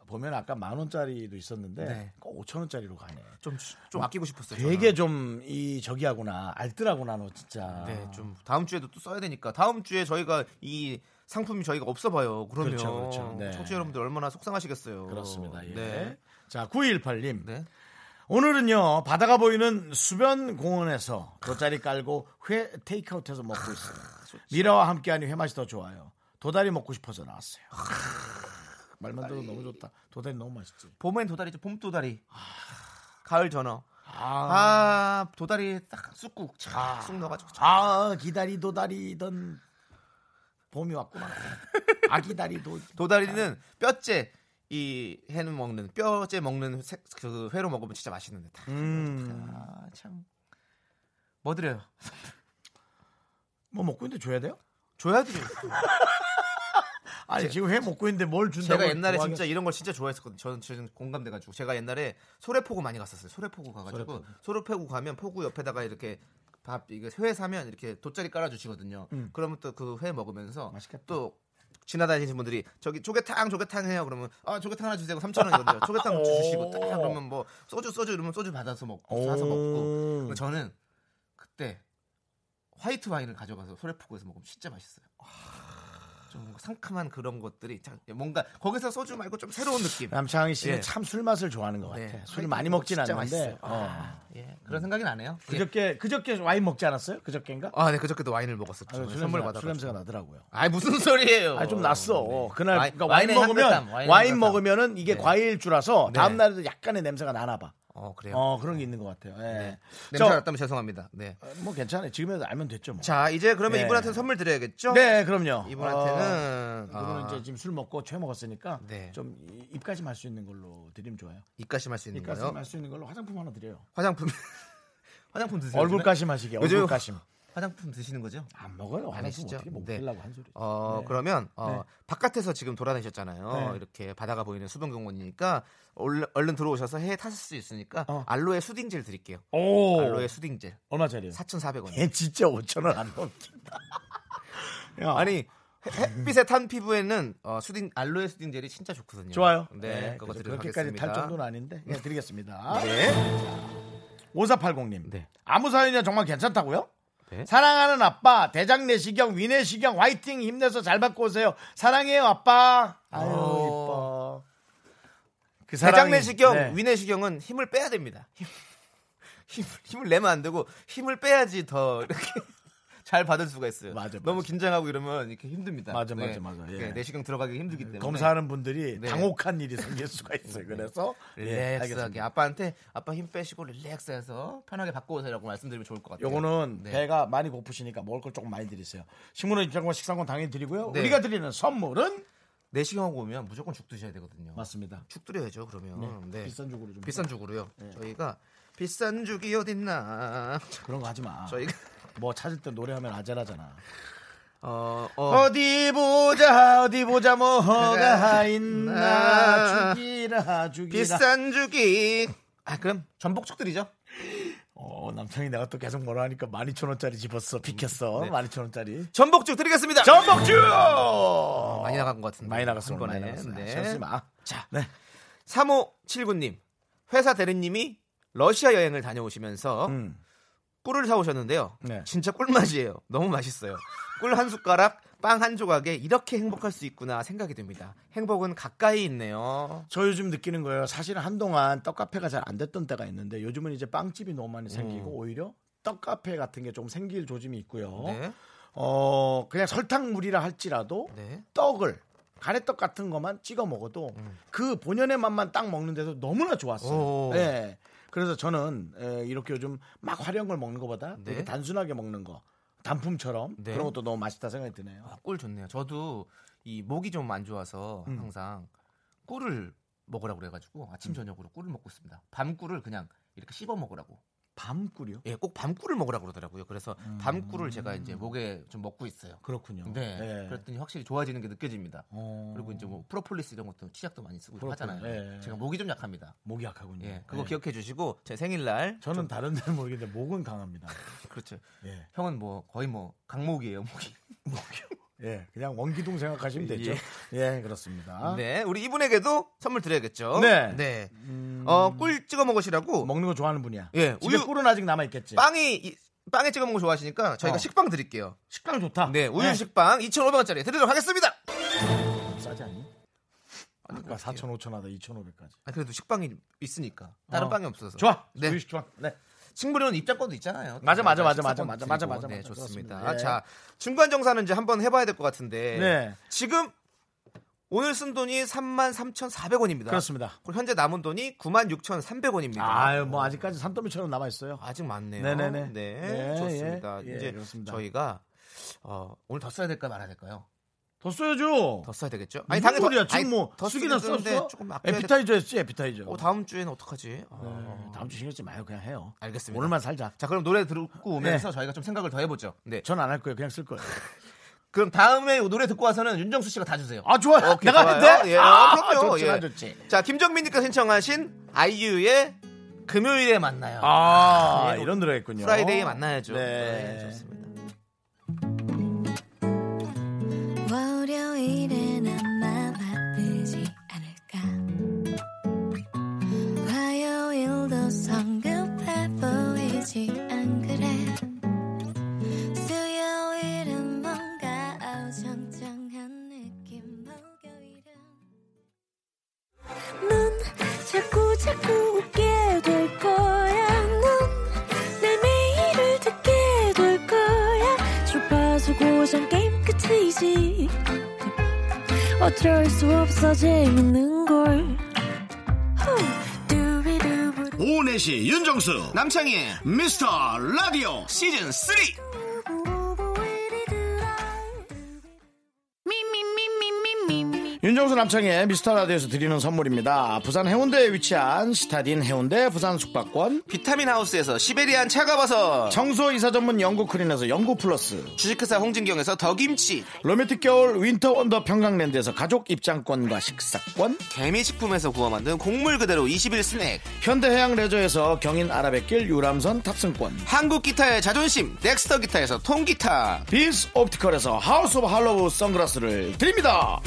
보면 아까 만 원짜리도 있었는데
음. 네.
꼭 5천 원짜리로 가네.
좀, 좀 아끼고 싶었어요.
되게 좀 이 저기하구나 알뜰하구나 너 진짜.
네, 좀 다음 주에도 또 써야 되니까 다음 주에 저희가 이 상품이 저희가 없어 봐요. 그러면
그렇죠, 그렇죠. 네.
청취자 여러분들 얼마나 속상하시겠어요.
그렇습니다. 예.
네.
자 918님
네.
오늘은요 바다가 보이는 수변 공원에서 돗자리 깔고 회 테이크아웃해서 먹고 있습니다. 미라와 함께하니 회 맛이 더 좋아요. 도다리 먹고 싶어서 나왔어요.
아,
말만 들어도 너무 좋다. 도다리 너무 맛있지.
봄엔 도다리죠. 봄 도다리. 가을 전어.
아,
아, 도다리 딱 쑥국 착 넣어 가지고
아 기다리 도다리던 봄이 왔구나. 아기다리 도
도다리는 뼈째 이 해는 먹는 뼈째 먹는 새- 그 회로 먹으면 진짜 맛있는데. 다.
음.
아, 참. 뭐 드려요?
뭐 먹고 있는데 줘야 돼요?
줘야지.
아니 지금 회 먹고 있는데 뭘 준다고?
제가 옛날에
좋아하겠-
진짜 이런 걸 진짜 좋아했었거든요. 저는 지금 공감돼가지고 제가 옛날에 소래포구 많이 갔었어요. 소래포구 가가지고 소래포구 가면 포구 옆에다가 이렇게 밥 이게 회 사면 이렇게 돗자리 깔아주시거든요.
음.
그러면 또 그 회 먹으면서 또 지나다니시는 분들이 저기 조개탕 조개탕 해요 그러면 아 조개탕 하나 주세요 3천 원이거든요 조개탕 주시고 딱 그러면 뭐 소주 소주 이러면 소주 받아서 먹고 사서 먹고 그래서 저는 그때 화이트 와인을 가져가서 소래포구에서 먹으면 진짜 맛있어요. 좀 뭔가 상큼한 그런 것들이 참 예, 뭔가 거기서 소주 말고 좀 새로운 느낌.
남창희 씨는
예.
참 술 맛을 좋아하는 것 같아.
네.
술을 많이 먹진
진짜
않는데.
맛있어요. 아, 예. 그런 생각이 나네요. 예.
그저께 그저께 와인 먹지 않았어요? 그저께인가?
아, 네 그저께도 와인을 먹었었죠.
아, 술
선물
냄새가-
받아.
술 냄새가 나더라고요.
아, 무슨 소리예요?
아 좀 났어.
네.
그날
와인-
그러니까 와인,
와인의 향긋함,
먹으면
와인의
와인
향긋함.
먹으면은 이게
네.
과일주라서
네.
다음 날에도 약간의 냄새가 나나 봐.
어, 그래요.
어 그런 게 있는 것 같아요. 예.
네. 냄새
저-
났다면 죄송합니다. 네.
어, 뭐 괜찮아요. 지금이라도 알면 됐죠 뭐.
자, 이제 그러면
예.
이분한테 는 선물 드려야겠죠?
네, 그럼요. 어,
이분한테는
이분은
아,
이제 지금 술 먹고 죄 먹었으니까
네.
좀 이- 입가심 할 수 있는 걸로 드리면 좋아요.
입가심 할 수 있는 거요.
입가심 할 수 있는 걸로 화장품 하나 드려요.
화장품 <laughs> 화장품 드세요.
얼굴
요즘에?
가심 하시게.
네, 요즘-
얼굴 가심.
화장품 드시는 거죠?
안 먹어요. 안
아니시죠?
어떻게 못
네.
먹으려고 한 소리.
어 그러면 어, 바깥에서 지금 돌아다니셨잖아요.
네.
이렇게 바다가 보이는 수변공원이니까 얼른, 얼른 들어오셔서 해 타실 수 있으니까
어.
알로에 수딩젤 드릴게요.
오. 네. 예.
알로에 수딩젤
얼마짜리요?
4,400원.
얘 진짜 5천 원 안 넘긴다. 야,
아니 해- 햇빛에 탄 피부에는 어, 수딩 알로에 수딩젤이 진짜 좋거든요.
좋아요.
네, 그거
그래서
드리도록
그렇게까지 탈
하겠습니다.
정도는 아닌데 예, 드리겠습니다.
<laughs> 네.
5480님.
네.
아무 사연이나 정말 괜찮다고요?
네.
사랑하는 아빠, 대장 내시경, 위내시경, 화이팅 힘내서 잘 받고 오세요. 사랑해요, 아빠. 아유,
어.
이뻐. 그 사랑이-
대장내시경,
네.
위내시경은 힘을 빼야 됩니다. 힘, 힘을, 힘을 내면 안 되고 힘을 빼야지 더 이렇게 <laughs> 잘 받을 수가 있어요.
맞아, 맞아.
너무 긴장하고 이러면 이렇게 힘듭니다.
맞아, 맞아, 맞아. 예.
네, 내시경 들어가기 힘들기 때문에
검사하는 분들이
네.
당혹한 일이 생길 수가 있어요.
<laughs>
그래서 예,
릴렉스하게 아빠한테 아빠 힘 빼시고 릴렉스해서 편하게 바꿔 오세요라고 말씀드리면 좋을 것 같아요.
요거는
네.
배가 많이 고프시니까 먹을 걸 조금 많이 드리세요. 식물원 입장권 식상권 당연히 드리고요.
네.
우리가 드리는 선물은
내시경하고 오면 무조건 죽 드셔야 되거든요.
맞습니다.
죽 드려야죠 그러면. 네.
비싼 죽으로 좀 예.
비싼 죽으로요. 저희가 비싼 죽이 어딨나?
그런 거 하지 마.
저희가
뭐 찾을 때 노래하면 아재라잖아.
어,
어. 디 보자 어디 보자 뭐가
뭐가
있나
있나.
아, 죽이라 죽이라.
비싼 죽이. 아 그럼 전복죽들이죠.
어 남창이 내가 또 계속 뭐라 하니까 12,000원짜리 집었어. 비켰어.
네.
12,000원짜리.
전복죽 드리겠습니다. 네.
전복주 어,
많이 나간 것 같은데.
많이 나갔어.
한 번에.
많이 나갔어.
네.
지 마.
자,
네.
3579님 회사 대리님이 러시아 여행을 다녀오시면서
음.
꿀을 사오셨는데요.
네.
진짜 꿀맛이에요. 너무 맛있어요. 꿀 한 숟가락, 빵 한 조각에 이렇게 행복할 수 있구나 생각이 듭니다. 행복은 가까이 있네요.
저 요즘 느끼는 거예요. 사실 한동안 떡카페가 잘 안 됐던 때가 있는데 요즘은 이제 빵집이 너무 많이
음.
생기고 오히려 떡카페 같은 게 좀 생길 조짐이 있고요.
네.
어 그냥 설탕물이라 할지라도
네.
떡을 가래떡 같은 것만 찍어 먹어도 그 본연의 맛만 딱 먹는데도 너무나 좋았어요.
음. 오.
예. 그래서 저는 예, 이렇게 요즘 막 화려한 걸 먹는 것보다
네.
이렇게 단순하게 먹는 거 단품처럼
네.
그런 것도 너무 맛있다 생각이 드네요.
아, 꿀 좋네요. 저도 이 목이 좀 안 좋아서 항상 꿀을 먹으라고 그래가지고 아침 저녁으로 꿀을 먹고 있습니다. 밤꿀을 그냥 이렇게 씹어 먹으라고.
밤꿀이요?
예, 꼭 밤꿀을 먹으라고 그러더라고요. 그래서 밤꿀을 제가 이제 목에 좀 먹고 있어요.
그렇군요.
네.
예.
그랬더니 확실히 좋아지는 게 느껴집니다.
어,
그리고 이제 뭐 프로폴리스 이런 것도 치약도 많이 쓰고
그렇군요.
하잖아요.
예.
제가 목이 좀 약합니다.
목이 약하군요.
예, 그거
예.
기억해 주시고 제 생일날 <laughs>
저는 다른 데는 모르겠는데 목은 강합니다.
그렇죠.
예.
형은 뭐 거의 뭐 강목이에요, 목이.
예, 그냥 원기둥 생각하시면 되죠. 예, 그렇습니다.
네, 우리 이분에게도 선물 드려야겠죠.
네.
네. 어, 꿀 찍어 먹으시라고
먹는 거 좋아하는 분이야.
예,
집에
우유-
꿀은 아직 남아 있겠지.
빵이 이- 빵에 찍어 먹는 거 좋아하시니까 저희가
어. 아.
식빵 드릴게요.
식빵 좋다. 예.
네, 우유 식빵 2,500원짜리 드리도록 하겠습니다.
싸지 않니? 아까 4천 5천 하다 2,500까지.
아, 그래도 식빵이 있으니까 다른
어.
빵이 없어서.
좋아.
네.
우유 식빵. 네.
식물원 입장권도 있잖아요.
맞아, 맞아, 맞아,
식사권
맞아,
드리고.
맞아, 맞아, 맞아,
네,
맞아.
좋습니다.
그렇습니다. 예.
자, 중간 정산은 이제 한번 해봐야 될 것 같은데.
네.
지금 오늘 쓴 돈이 33,400원입니다.
그렇습니다.
그리고 현재 남은 돈이 96,300원입니다.
아유, 뭐 아직까지 산더미처럼 남아 있어요.
네. 아직 많네요.
네네네.
네,
네,
좋습니다.
예, 예,
이제
그렇습니다.
저희가 어, 오늘 더 써야 될까 말아야 될까요?
더 더 써야죠.
더 써야 되겠죠?
아니
당연히
당연히
아니,
지금 뭐
더
쓰기나
쓰긴 쓰는데
썼어.
조금 아껴야 돼.
에피타이저였지 에피타이저.
어, 다음 주엔 어떡하지? 어.
네, 다음 주 신경 쓰지 마요 그냥 해요.
알겠습니다.
오늘만 살자.
자 그럼 노래 듣고 오면서 저희가 좀 생각을 더 해보죠. 네.
전 안 할 거예요. 그냥 쓸 거예요.
그럼 다음에 노래 듣고 와서는 윤정수 씨가 다 주세요.
아 좋아요.
오케이,
내가
좋아요.
하는데.
예,
아,
그럼요.
좋지,
예.
안 좋지.
자 김정민님께서 신청하신 아이유의 금요일에 만나요.
아,
예.
이런 노래였군요.
프라이데이에 만나야죠.
네.
네, 좋습니다.
월요일엔 아마 바쁘지 않을까 화요일도 성급해 보이지 안 그래 수요일은 뭔가 어정쩡한 느낌 목요일은 넌 자꾸 자꾸 웃게 될 거야 넌내 매일을 듣게 될 거야 주파수 고정 게임 끝이지 어쩔 수 없어 재밌는 걸 후. 두비두부두.
오내시 윤정수
남창희의
미스터 라디오
시즌 3
두부부부이리두라. 미미미미미미미.
윤정수 남창의 미스터 라디오에서 드리는 선물입니다. 부산 해운대에 위치한 시타딘 해운대 부산 숙박권,
비타민 하우스에서 시베리안 차가버섯
청소 이사 전문 영구 크린에서 영구 플러스,
주식회사 홍진경에서 더김치
로맨틱 겨울 윈터 원더 평강랜드에서 가족 입장권과 식사권,
개미식품에서 구워 만든 곡물 그대로 21 스낵
현대해양 레저에서 경인 아라뱃길 유람선 탑승권,
한국 기타의 자존심 넥스터 기타에서 통기타
빈스 옵티컬에서 하우스 오브 할로우 선글라스를 드립니다.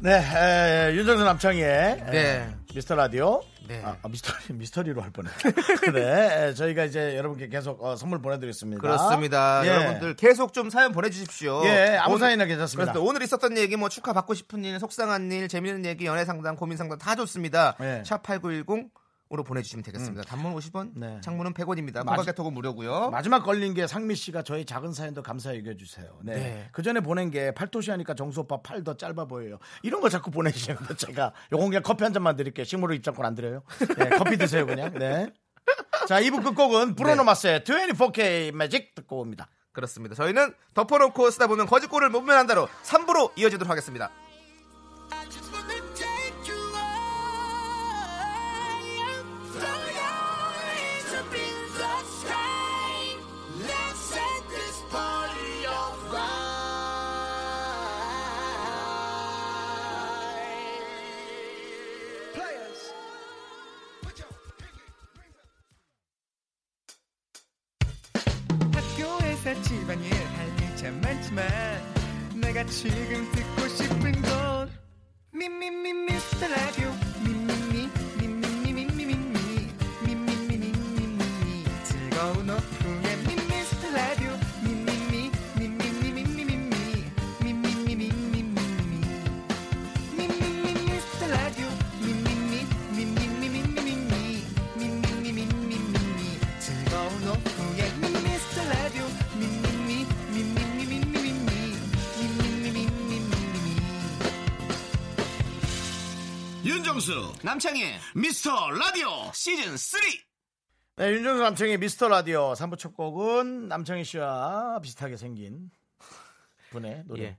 네, 에, 윤정수 남창희의 에,
네.
미스터 라디오.
네.
아, 아, 미스터 미스터리로
<laughs>
할 뻔했네. 네, 에, 저희가 이제 여러분께 계속 어, 선물 보내드리겠습니다.
그렇습니다
예.
여러분들 계속 좀 사연 보내주십시오
예, 아무
오늘-
사연이나 괜찮습니다.
그렇습니다. 오늘 있었던 얘기 뭐 축하 받고 싶은 일 속상한 일 재밌는 얘기 연애 상담 고민 상담 다 좋습니다
예. 음.
샵8910 으로 보내주시면 되겠습니다. 단문 50원,
네.
장문은 100원입니다.
맞-
마카개톡은 무료고요.
마지막 걸린 게 상미 씨가 저희 작은 사연도 감사히 여겨주세요. 네.
네.
그 전에 보낸 게 팔토시 하니까 정수 오빠 팔 더 짧아 보여요. 이런 거 자꾸 보내시는데 제가 요건 그냥 커피 한 잔만 드릴게요. 식물을 입장권 안 드려요. 네, 커피 드세요 그냥. 네. 자, 2부
네.
끝곡은 브루노 마스의 24K 매직 듣고 옵니다.
그렇습니다. 저희는 덮어놓고 쓰다 보면 거짓골을 못 면한다로 3부로 이어지도록 하겠습니다.
학교에서 집안일 할 일 참 많지만 내가 지금 듣고 싶은 건 미미미 미스터 라디오 미미미 미미미미미미 미미미미미미 즐거운 오후에 미스터 라디오 미미미 미미미미미미 미미미미미미 미미미 미스터 라디오 미미미 미미미미미미 미미미미미미 즐거운 오후에 미스터 라디오 미미미 미미미미미미 미미미미미미
윤정수
남창희의
미스터 라디오
시즌 3
네, 윤정수 남청의 미스터 라디오 3부 첫 곡은 남청희 씨와 비슷하게 생긴 분의 노래.
예.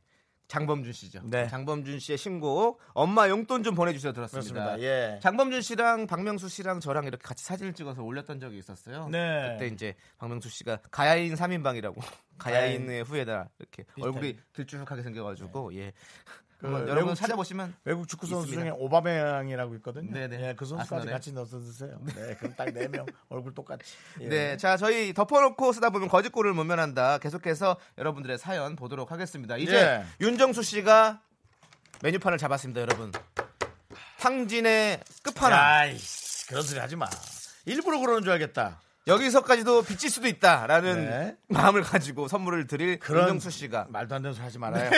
장범준 씨죠.
네.
장범준 씨의 신곡 엄마 용돈 좀 보내주세요 들었습니다.
그렇습니다. 예.
장범준 씨랑 박명수 씨랑 저랑 이렇게 같이 사진을 찍어서 올렸던 적이 있었어요.
네.
그때 이제 박명수 씨가 가야인 3인방이라고 <laughs> 가야인의 후예다 이렇게 얼굴이 길쭉하게 생겨가지고 예. 한번
네. 그
여러분
외국
찾아보시면
외국 축구 선수
있습니다.
중에 오바메양이라고 있거든요.
네네.
예, 그 선수까지
아스날에.
같이 넣어서 드세요. 네, 그럼 딱 네
<laughs>
명 얼굴 똑같이. 예.
네, 자 저희 덮어놓고 쓰다 보면 거짓골을 못 면한다. 계속해서 여러분들의 사연 보도록 하겠습니다.
예.
이제 윤정수 씨가 메뉴판을 잡았습니다, 여러분. 탕진의 끝판왕.
아이씨, 그런 소리 하지 마. 일부러 그러는 줄 알겠다.
여기서까지도 비칠 수도 있다라는
네.
마음을 가지고 선물을 드릴
그런
윤정수 씨가
말도 안 되는 소리 하지 말아요.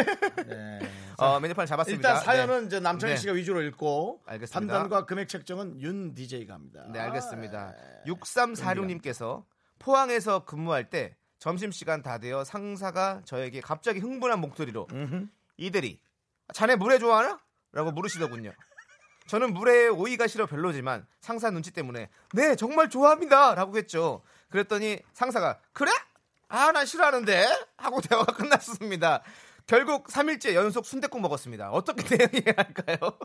네.
어, 메뉴판을 잡았습니다.
일단 사연은
네.
이제 남창희
네.
씨가 위주로 읽고
알겠습니다.
판단과 금액 책정은 윤 DJ가 합니다. 아, 예.
네, 알겠습니다. 6346님께서 포항에서 근무할 때 점심시간 다 되어 상사가 저에게 갑자기 흥분한 목소리로 이대리, 자네 물회 좋아하나? 라고 물으시더군요. 저는 물회에 오이가 싫어 별로지만 상사 눈치 때문에 네, 정말 좋아합니다. 라고 했죠. 그랬더니 상사가 그래? 아 나 싫어하는데 하고 대화가 <laughs> 끝났습니다. 결국 3일째 연속 순댓국 먹었습니다. 어떻게 <laughs> 대응해야 할까요?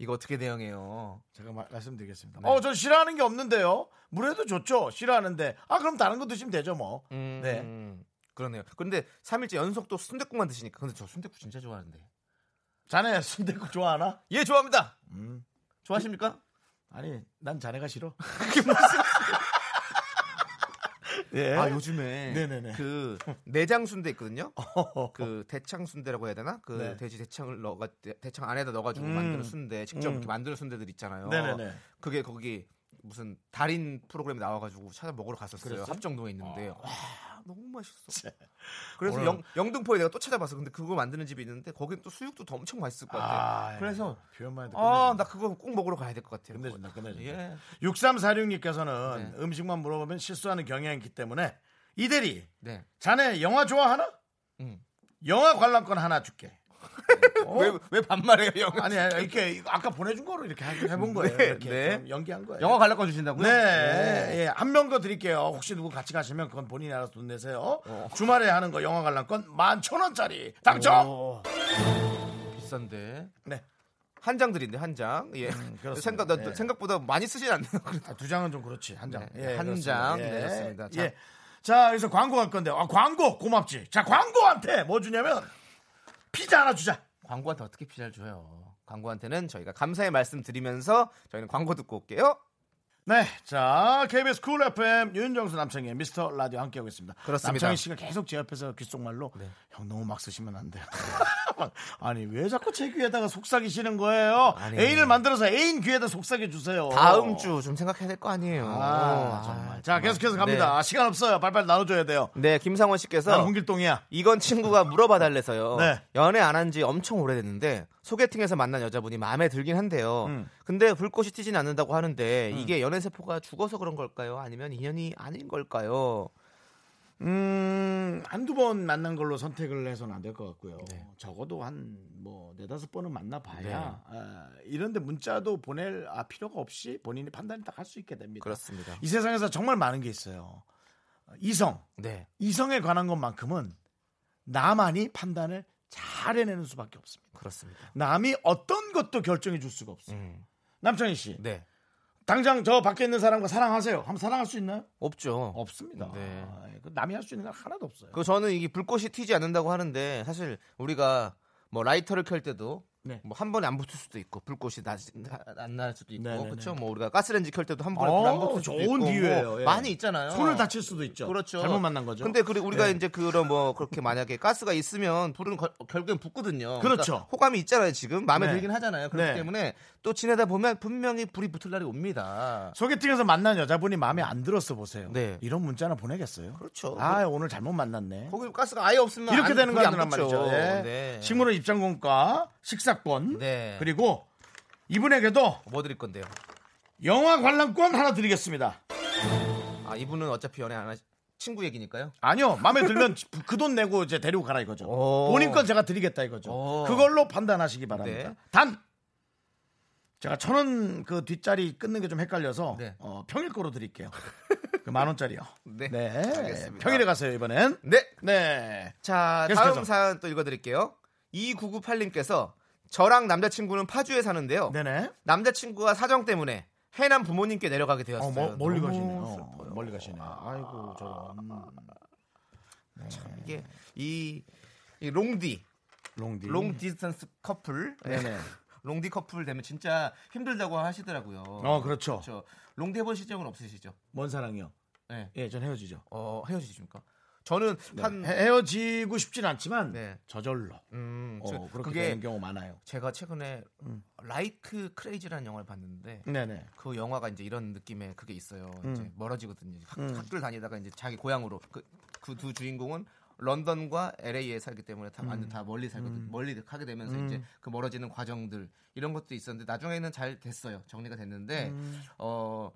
이거 어떻게 대응해요? 네.
제가 말, 말씀드리겠습니다. 어, 전 싫어하는 게 없는데요. 물에도 좋죠. 싫어하는데. 아, 그럼 다른 거 드시면 되죠, 뭐. 네.
네. 그러네요. 근데 3일째 연속 또 순댓국만 드시니까 근데 저 순댓국 진짜 좋아하는데.
자네 순대국 좋아하나?
예, 좋아합니다. 좋아하십니까?
아니, 난 자네가 <laughs> 싫어. 예.
아 요즘에
네? 네네네.
그 내장 순대
<laughs>
있거든요. 그 대창 순대라고 해야 되나? 그
네.
돼지 대창을 넣어 대창 안에다 넣어가지고
음.
만드는 순대 직접
음.
이렇게 만드는 순대들 있잖아요.
네네네.
그게 거기 무슨 달인 프로그램에 나와가지고 찾아 먹으러 갔었어요. 합정동에 있는데
아.
와 너무 맛있어. 그래서
오늘-
영, 영등포에 내가 또 찾아봤어. 근데 그거 만드는 집이 있는데 거긴 또 수육도 더 엄청 맛있을 것 같아.
아,
그래서
표현만 해도
아
끝내준다.
나 그거 꼭 먹으러 가야 될 것 같아요.
끝내준다, 끝내준다.
예.
6346님께서는 음식만 물어보면 실수하는 경향이 있기 때문에 이대리
네.
자네 영화 좋아하나?
음.
영화 관람권 하나 줄게. 어?
왜 왜 반말해요, 영
아니 이렇게 아까 보내준 거로 이렇게 하- 해본 거예요.
네,
이렇게
네.
좀 연기한 거예요.
영화 갈라꺼 주신다고요?
네, 예. 한 명 더 드릴게요. 혹시 누구 같이 가시면 그건 본인이 알아서 돈 내세요.
어.
주말에 하는 거 영화 관람권 11,000원짜리 당첨.
오. 비싼데.
네.
한 장 드린데 한 장. 예.
그렇습니다.
생각 나-
네.
생각보다 많이 쓰진 않네요. 그래도.
아, 두 장은 좀 그렇지. 한 장. 예,
네, 한
그렇습니다.
장. 네, 그렇습니다. 자.
예. 자, 여기서 광고 갈 건데. 아, 광고 고맙지. 자, 광고한테 뭐 주냐면 피자 하나 주자.
광고한테 어떻게 피자를 줘요? 광고한테는 저희가 감사의 말씀 드리면서 저희는 광고 듣고 올게요.
네, 자 KBS 쿨 FM 윤정수 남창희 미스터 라디오 함께하고 있습니다.
그렇습니다. 네.
남창희 씨가 계속 제 옆에서 귓속말로 형 너무 막 쓰시면 안 돼요. <laughs> 아니 왜 자꾸 제 귀에다가 속삭이시는 거예요?
아니.
애인을 만들어서 애인 귀에다 속삭여 주세요.
다음 주 좀 생각해야 될 거 아니에요.
아, 정말. 자 계속해서 갑니다.
네.
시간 없어요. 발발 나눠줘야 돼요.
네, 김상원
난
씨께서
홍길동이야.
이건 친구가 물어봐 달래서요.
<laughs> 네.
연애 안 한 지 엄청 오래됐는데 소개팅에서 만난 여자분이 마음에 들긴 한데요.
음.
근데 불꽃이 튀진 않는다고 하는데 이게 연애 세포가 죽어서 그런 걸까요? 아니면 인연이 아닌 걸까요?
음, 한두 번 만난 걸로 선택을 해서는 안 될 것 같고요.
네.
적어도 한 뭐 네다섯 번은 만나봐야 아, 이런데 문자도 보낼 아, 필요가 없이 본인이 판단을 딱 할 수 있게 됩니다.
그렇습니다.
이 세상에서 정말 많은 게 있어요. 이성,
네.
이성에 관한 것만큼은 나만이 판단을 잘 해내는 수밖에 없습니다.
그렇습니다.
남이 어떤 것도 결정해 줄 수가 없어요.
음.
남창희 씨,
네.
당장 저 밖에 있는 사람과 사랑하세요. 한번 사랑할 수 있나요?
없죠.
없습니다.
네.
아, 그 남이 할 수 있는 건 하나도 없어요.
그 저는 이게 불꽃이 튀지 않는다고 하는데 사실 우리가 뭐 라이터를 켤 때도
네.
뭐 한 번에 안 붙을 수도 있고 불꽃이 안 날 수도 있고
네네네.
그렇죠. 뭐 우리가 가스레인지 켤 때도 한 번에 불
어,
안 붙을 수도
좋은
있고 뭐
기회예요. 예.
많이 있잖아요.
손을 다칠 수도 있죠.
그렇죠.
잘못 만난 거죠.
근데 그 우리가
예.
이제 그런 뭐 그렇게 만약에 가스가 있으면 불은 거- 결국엔 붙거든요.
그렇죠.
그러니까 호감이 있잖아요. 지금 마음에
네.
들긴 하잖아요. 그렇기
네.
때문에 또 지내다 보면 분명히 불이 붙을 날이 옵니다.
소개팅에서 만난 여자분이 마음에 안 들었어 보세요.
네.
이런 문자나 보내겠어요.
그렇죠.
아 오늘 잘못 만났네.
거기 가스가 아예 없으면
이렇게
안-
되는
불이
거란
안 붙죠.
말이죠. 예.
네.
식물원 입장권과 식사권
네.
그리고 이분에게도
뭐 드릴 건데요?
영화 관람권 하나 드리겠습니다.
아 이분은 어차피 연애 안 하시 친구 얘기니까요.
아니요, 마음에 들면 그 돈 내고 이제 데리고 가라 이거죠.
오.
본인 건 제가 드리겠다 이거죠.
오.
그걸로 판단하시기
어.
바랍니다.
네.
단 제가 천 원 그 뒷자리 끊는 게 좀 헷갈려서
네.
어, 평일 거로 드릴게요. 그 만 원짜리요.
<laughs> 네,
네.
알겠습니다.
평일에 가세요 이번엔.
네.
네.
자
계속해서.
다음 사연 또 읽어드릴게요. 2998님께서 저랑 남자친구는 파주에 사는데요.
네네.
남자친구가 사정 때문에 해남 부모님께 내려가게 되었어요.
어, 뭐, 멀리
너무
가시네요.
슬퍼요.
어, 멀리 가시네. 아이고 저런
이게 이, 이 롱디
롱디.
롱 디스턴스 커플
네네.
롱디 커플 되면 진짜 힘들다고 하시더라고요.
어 그렇죠.
그렇죠. 롱디 해본 시적은 없으시죠?
뭔 사랑이요?
네.
예, 전 헤어지죠.
어 헤어지십니까? 저는 한
헤- 헤어지고 싶진 않지만
네.
저절로.
음, 저-
어, 그렇게
그게
되는 경우 많아요.
제가 최근에 라이크 크레이지라는 영화를 봤는데
네네.
그 영화가 이제 이런 느낌의 그게 있어요. 이제 멀어지거든요. 학,
음.
학교를 다니다가 이제 자기 고향으로 그 두 주인공은 런던과 LA에 살기 때문에 다 완전 다 멀리 살거든 요 멀리 가게 되면서 이제 그 멀어지는 과정들 이런 것도 있었는데 나중에는 잘 됐어요. 정리가 됐는데 어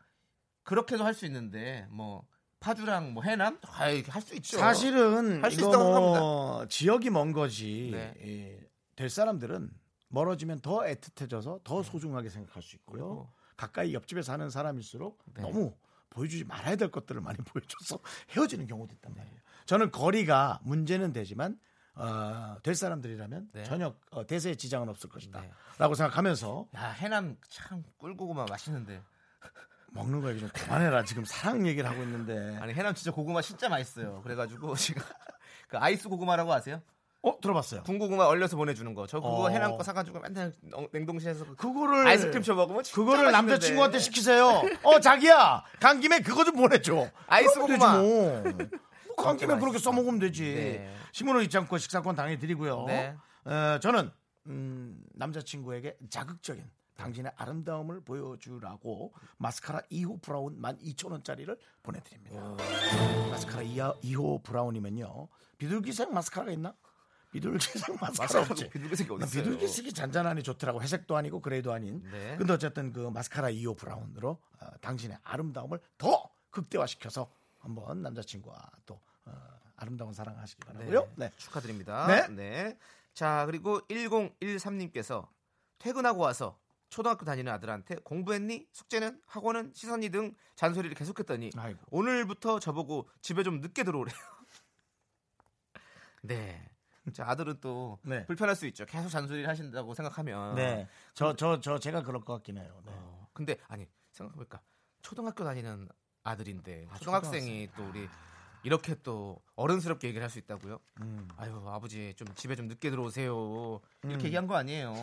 그렇게도 할 수 있는데 뭐 파주랑 뭐 해남 할수 있죠.
사실은
할수
이거
있다고
뭐 지역이 먼 거지
네.
예, 될 사람들은 멀어지면 더 애틋해져서 더 소중하게 생각할 수 있고요.
네. 그리고-
가까이 옆집에 사는 사람일수록
네.
너무 보여주지 말아야 될 것들을 많이 <laughs> 보여줘서 헤어지는 경우도 있단 말이에요. 저는 거리가 문제는 되지만 어, 될 사람들이라면
네.
전혀 어, 대세에 지장은 없을 것이다라고 생각하면서
야 아, 해남 참 꿀고구마 맛있는데.
먹는 거 얘기 좀 그만해라 지금 사랑 얘기를 하고 있는데
아니 해남 진짜 고구마 진짜 맛있어요. 그래가지고 <laughs> 제가 그 아이스 고구마라고 아세요?
어 들어봤어요.
군고구마 얼려서 보내주는 거. 저 그거
어.
해남 거 사가지고 맨날 냉- 냉동실에서 그-
그거를
아이스크림 쳐 먹으면 진짜
그거를
맛있는데.
남자친구한테 시키세요. 어 자기야 간 김에 그거 좀 보내줘.
아이스
그러면
고구마. <laughs>
되지 뭐. 뭐간 김에 그렇게
맛있어.
써먹으면 되지.
네.
신문을 잊지 않고 식사권 당해드리고요.
네.
어, 저는 음, 남자친구에게 자극적인 당신의 아름다움을 보여주라고 마스카라 2호 브라운 12,000원짜리를 보내드립니다. 마스카라 2호 브라운이면요. 비둘기색 마스카라가 있나? 비둘기색 마스카라
마스카라고
없지.
네. <laughs> 비둘기색이 어디
나
있어요?
비둘기색이 잔잔하니 좋더라고. 회색도 아니고 그레이도 아닌.
네.
근데 어쨌든 그 마스카라 2호 브라운으로 어, 당신의 아름다움을 더 극대화시켜서 한번 남자친구와 또 어, 아름다운 사랑하시기 바라고요. 네.
축하드립니다.
네.
네. 자, 그리고 1013님께서 퇴근하고 와서 초등학교 다니는 아들한테 공부했니? 숙제는? 학원은? 시선이 등 잔소리를 계속했더니
네. 아이고.
오늘부터 저보고 집에 좀 늦게 들어오래요. <laughs> 네. 자, 아들은 또
네.
불편할 수 있죠. 계속 잔소리를 하신다고 생각하면.
네. 저, 저, 저 제가 그럴 것 같긴 해요. 네.
어, 근데 아니 생각해보니까 초등학교 다니는 아들인데
아,
초등학생이 또 우리 이렇게 또 어른스럽게 얘기를 할 수 있다고요?
음.
아유 아버지 좀 집에 좀 늦게 들어오세요 이렇게 얘기한 거 <laughs> 아니에요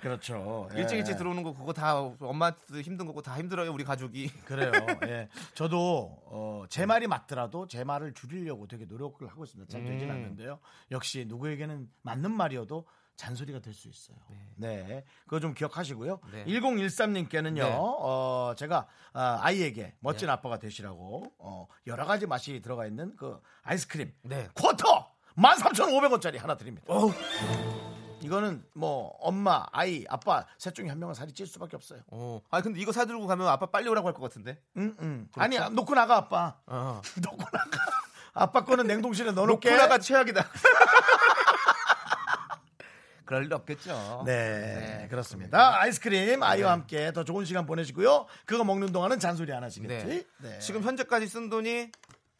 그렇죠.
일찍
예.
일찍 들어오는 거 그거 다 엄마한테 힘든 거고 다 힘들어요 우리 <laughs> 가족이
그래요. 예. 저도 어, 제 말이 맞더라도 제 말을 줄이려고 되게 노력을 하고 있습니다. 잘 되진
음.
않는데요. 역시 누구에게는 맞는 말이어도 잔소리가 될 수 있어요. 네. 그거 좀 기억하시고요.
네.
1013님께는요,
네.
어, 제가 아, 아이에게 멋진 아빠가 되시라고 어, 여러 가지 맛이 들어가 있는 그 아이스크림
네.
쿼터 13,500원짜리 하나 드립니다. 이거는 뭐 엄마, 아이, 아빠 셋 중에 한 명은 살이 찔 수밖에 없어요.
어. 아 근데 이거 사들고 가면 아빠 빨리 오라고 할 것 같은데
응, 응. 아니, 아, 놓고 나가, 아빠.
그렇죠. 어.
놓고 나가. 아빠 거는 냉동실에 넣어놓게.
코라가 최악이다 그럴 일 없겠죠
네, 그렇습니다. 아이스크림 아이와 함께 더 좋은 시간 보내시고요. 그거 먹는 동안은 잔소리 안 하시겠지?
네.
네.
지금 현재까지 쓴 돈이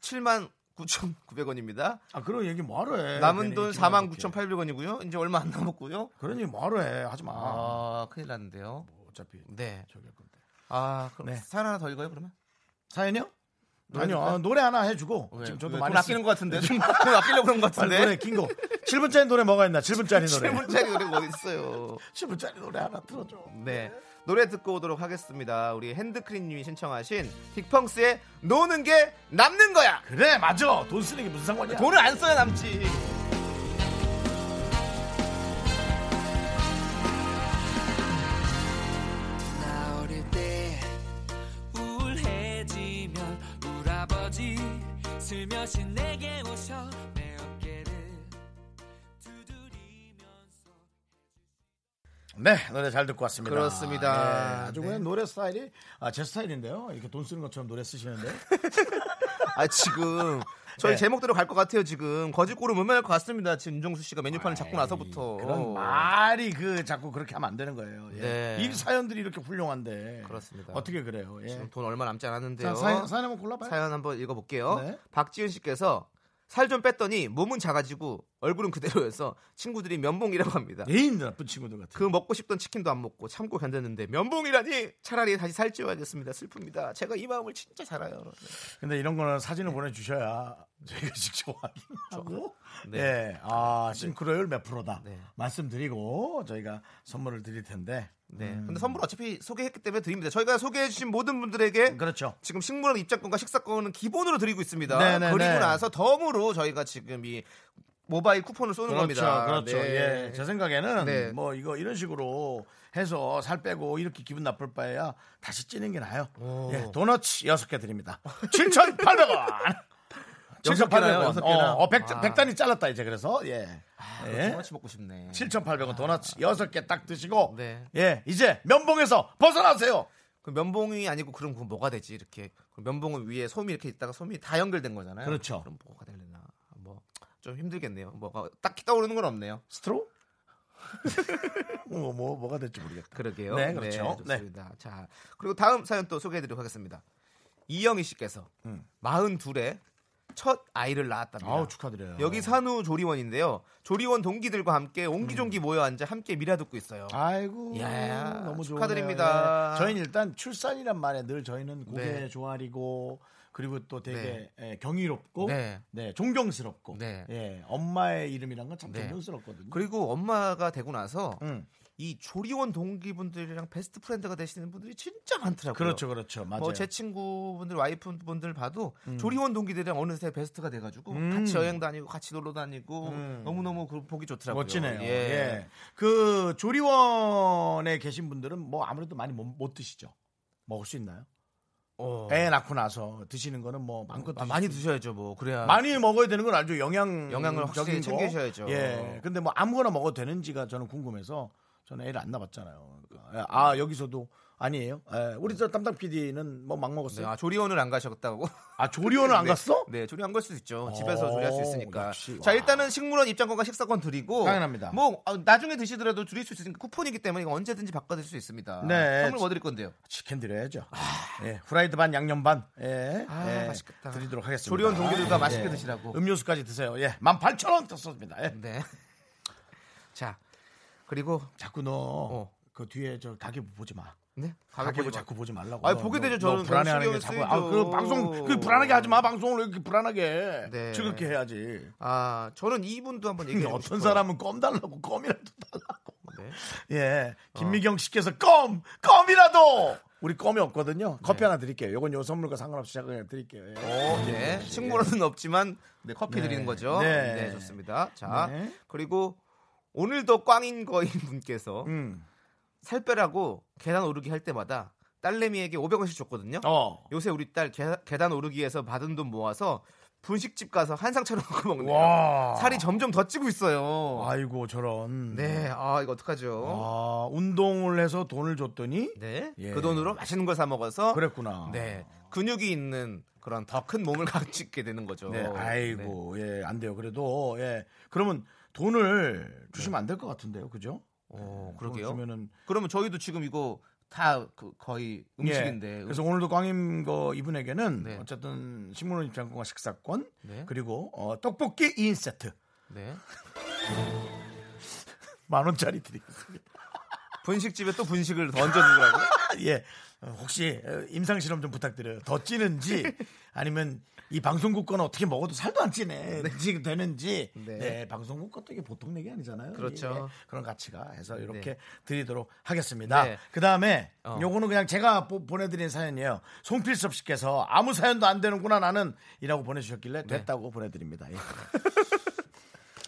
7만 9,900원입니다.
아, 그런 얘기 뭐하러 해.
남은
괜히
돈
기분
4만
나쁘게.
9,800원이고요. 이제 얼마 안 남았고요.
그런 얘기 뭐하러 해. 하지 마.
아, 큰일 났는데요.
어차피
네.
저기 할 건데.
아, 그럼
네.
사연 하나 더 읽어요, 그러면?
사연이요? 아니요.
듣다?
아, 노래 하나 해주고.
왜?
지금 저도
왜?
많이
네, 돈 아끼는 것 같은데. 지금 돈 네, <laughs> 아끼려고 그런 것
같은데.
같은데.
노래 긴 거. 7분짜리 노래 뭐가 있나?
<laughs>
7분짜리 노래.
7분짜리 노래가 어디 있어요.
7분짜리 노래 하나 틀어줘.
네. 노래 듣고 오도록 하겠습니다. 우리 핸드크림 님이 신청하신 딕펑스의 노는 게 남는 거야.
그래, 맞아. 어, 돈 쓰는 게 무슨 상관이야.
돈을 안 써야 남지.
나 어릴 때 우울해지면 울아버지 슬며시 내게 오셔 내 어깨를 두드리면서
네 노래 잘 듣고 왔습니다.
그렇습니다.
네, 아주
네.
그냥 노래 스타일이 아, 제 스타일인데요. 이렇게 돈 쓰는 것처럼 노래 쓰시는데
아 지금 저희
네.
제목대로 갈 것 같아요 지금 거짓고로 무면할 것 같습니다 지금 윤종수 씨가 메뉴판을 잡고 나서부터
그런 말이 그 자꾸 그렇게 하면 안 되는 거예요. 예.
네.
이 사연들이 이렇게 훌륭한데
그렇습니다.
어떻게 그래요? 예.
지금 돈 얼마 남지 않았는데요
자, 사연, 사연 한번 골라봐요.
사연 한번 읽어볼게요
네.
박지윤 씨께서 살 좀 뺐더니 몸은 작아지고 얼굴은 그대로여서 친구들이 면봉이라고 합니다
예인 나쁜 친구들 같아.
그 먹고 싶던 치킨도 안 먹고 참고 견뎠는데 면봉이라니 차라리 다시 살찌워야겠습니다 슬픕니다 제가 이 마음을 진짜 잘 알아요
근데 이런 거는 사진을 보내주셔야 저희가 <laughs> 직접 확인하고
네.
네. 아 싱크로율 몇 프로다
네.
말씀드리고 저희가 선물을 드릴 텐데
네 근데 선물 어차피 소개했기 때문에 드립니다 저희가 소개해주신 모든 분들에게
그렇죠.
지금 식물원 입장권과 식사권은 기본으로 드리고 있습니다.
네네네.
그리고 나서 덤으로 저희가 지금 이 모바일 쿠폰을 쏘는
그렇죠,
겁니다.
그렇죠.
네.
예, 제 생각에는
네.
뭐 이거 이런 식으로 해서 살 빼고 이렇게 기분 나쁠 바에야 다시 찌는 게 나요.
오.
예, 도넛 6개 드립니다. <laughs>
<laughs>
7,800원.
여섯 개나요?
7,800원.
여섯
어,
개나?
어, 100,
아.
단위 잘랐다 이제 그래서 예.
아,
예.
도넛이 먹고 싶네.
7,800원 도넛 6개 딱 드시고
아. 네.
예, 이제 면봉에서 벗어나세요.
그 면봉이 아니고 그럼 그 뭐가 되지? 이렇게 그 면봉은 위에 솜이 이렇게 있다가 솜이 다 연결된 거잖아요.
그렇죠.
그럼 뭐가 되려나? 뭐 좀 힘들겠네요. 뭐가 딱히 떠오르는 건 없네요.
<laughs> 스트로우? 뭐, 뭐 뭐가 될지 모르겠다.
그러게요.
네, 그렇죠. 네.
좋습니다. 자, 그리고 다음 사연 또 소개해드리도록 하겠습니다. 이영희 씨께서 42에 첫 아이를 낳았답니다.
음. 아우, 축하드려요.
여기 산후 조리원인데요. 조리원 동기들과 함께 옹기종기 모여 앉아 함께 미라 듣고 있어요.
음. 아이고
야,
너무 좋네요.
축하드립니다.
예. 저희는 일단 출산이란 말에 늘 저희는 고개
네.
조아리고 그리고 또 되게 예, 경이롭고 네.
네.
존경스럽고
네.
예, 엄마의 이름이란 건 참
네.
존경스럽거든요.
그리고 엄마가 되고 나서
음.
이 조리원 동기분들이랑 베스트 프렌드가 되시는 분들이 진짜 많더라고요.
그렇죠, 그렇죠. 맞아요. 음.
뭐 제 친구분들 와이프분들 봐도 조리원 동기들이랑 어느새 베스트가 돼가지고 같이 여행 다니고 같이 놀러 다니고 너무너무 그 보기 좋더라고요.
음. 멋지네요. 예. 그 조리원에 계신 분들은 뭐 아무래도 많이 못, 못 드시죠. 먹을 수 있나요?
어,
애 낳고 나서 드시는 거는 뭐 마음껏
아,
드실
많이
수
드셔야죠 뭐 그래야
많이 먹어야 되는 건 알죠. 영양
영양을 확실히
적인 거.
챙기셔야죠.
예. 근데 뭐 아무거나 먹어도 되는지가 저는 궁금해서 저는 애를 안 낳았잖아요. 그러니까. 예, 아 여기서도 아니에요. 예, 우리 저 담당 PD는 뭐 막
네,
먹었어요.
아, 조리원을 안 가셨다고
아 조리원은 안
네,
갔어?
네, 조리 안갈 수도 있죠. 집에서
오,
조리할 수 있으니까.
역시,
자,
와.
일단은 식물원 입장권과 식사권 드리고
당연합니다.
뭐 아, 나중에 드시더라도 드릴 수 있으니까 쿠폰이기 때문에 이거 언제든지 바꿔 드릴 수 있습니다.
네.
선물 뭐 드릴 건데요?
치킨 드려야죠. 예, 후라이드 반 양념 반. 예,
아,
예,
맛있겠다.
드리도록 하겠습니다.
조리원 동기들과
아,
맛있게
예.
드시라고.
음료수까지 드세요. 예, 만 팔천 원 떴습니다. 예.
네. <laughs> 자. 그리고
자꾸 너.
어.
그 뒤에 저 가게 보지 마.
네.
가게 보
보지
자꾸 보지 말라고.
아니,
너,
보게
너,
되죠,
너
저는.
불안해하는 게
그런
자꾸.
신경이
아, 그
쓰이죠.
방송 그 불안하게 하지 마. 방송을 왜 이렇게 불안하게
네.
즐겁게 해야지.
마. 아, 저는 이분도 한번
근데
얘기해
어떤 사람은 껌 달라고 껌이라도 달라고.
네. 어.
예, 김미경 씨께서 껌 껌이라도. 우리 껌이 없거든요. 커피 하나 드릴게요. 요건 요 선물과 상관없이 제가 드릴게요. 예.
네. 어, 네. 식물원은 없지만 네, 커피
네.
드리는 거죠.
네.
네. 좋습니다. 자,
네.
그리고 오늘도 꽝인 거인 분께서
음.
살 빼라고 계단 오르기 할 때마다 딸내미에게 500원씩 줬거든요.
어.
요새 우리 딸 계, 계단 오르기에서 받은 돈 모아서 분식집 가서 한상 <laughs> 차려놓고 먹네요.
와.
살이 점점 더 찌고 있어요.
아이고 저런.
네, 아 이거 어떡하죠?
아, 운동을 해서 돈을 줬더니
네,
예.
그 돈으로 맛있는 걸 사 먹어서
그랬구나.
네 근육이 있는 그런 더 큰 몸을 <laughs> 갖추게 되는 거죠.
네, 아이고, 예, 안 돼요. 그래도, 예. 그러면 돈을 주시면 안 될 것 같은데요, 그죠?
네. 어,
돈을
그러게요.
주면은,
그러면 저희도 지금 이거 다 그- 거의
예,
음식인데.
그래서 오늘도 꽝임 거 이분에게는
네.
어쨌든 식물원 입장권과 식사권
네.
그리고 어, 떡볶이 2인 세트
네.
만 원짜리 드리겠습니다.
분식집에 또 분식을 더 얹어주더라고요.
<laughs> 예, 어, 혹시 어, 임상 실험 좀 부탁드려요. 더
<laughs>
찌는지 아니면 이 방송국 거는 어떻게 먹어도 살도 안 찌네 지금 되는지 네.
네.
방송국 것도 이게 보통 얘기 아니잖아요.
그렇죠.
예, 그런 가치가 해서 이렇게 드리도록 하겠습니다.
네.
그 다음에
어.
요거는 그냥 제가 보, 내드린 사연이에요. 송필섭 씨께서 아무 사연도 안 되는구나 나는 이라고
네.
보내주셨길래 됐다고 보내드립니다. 예.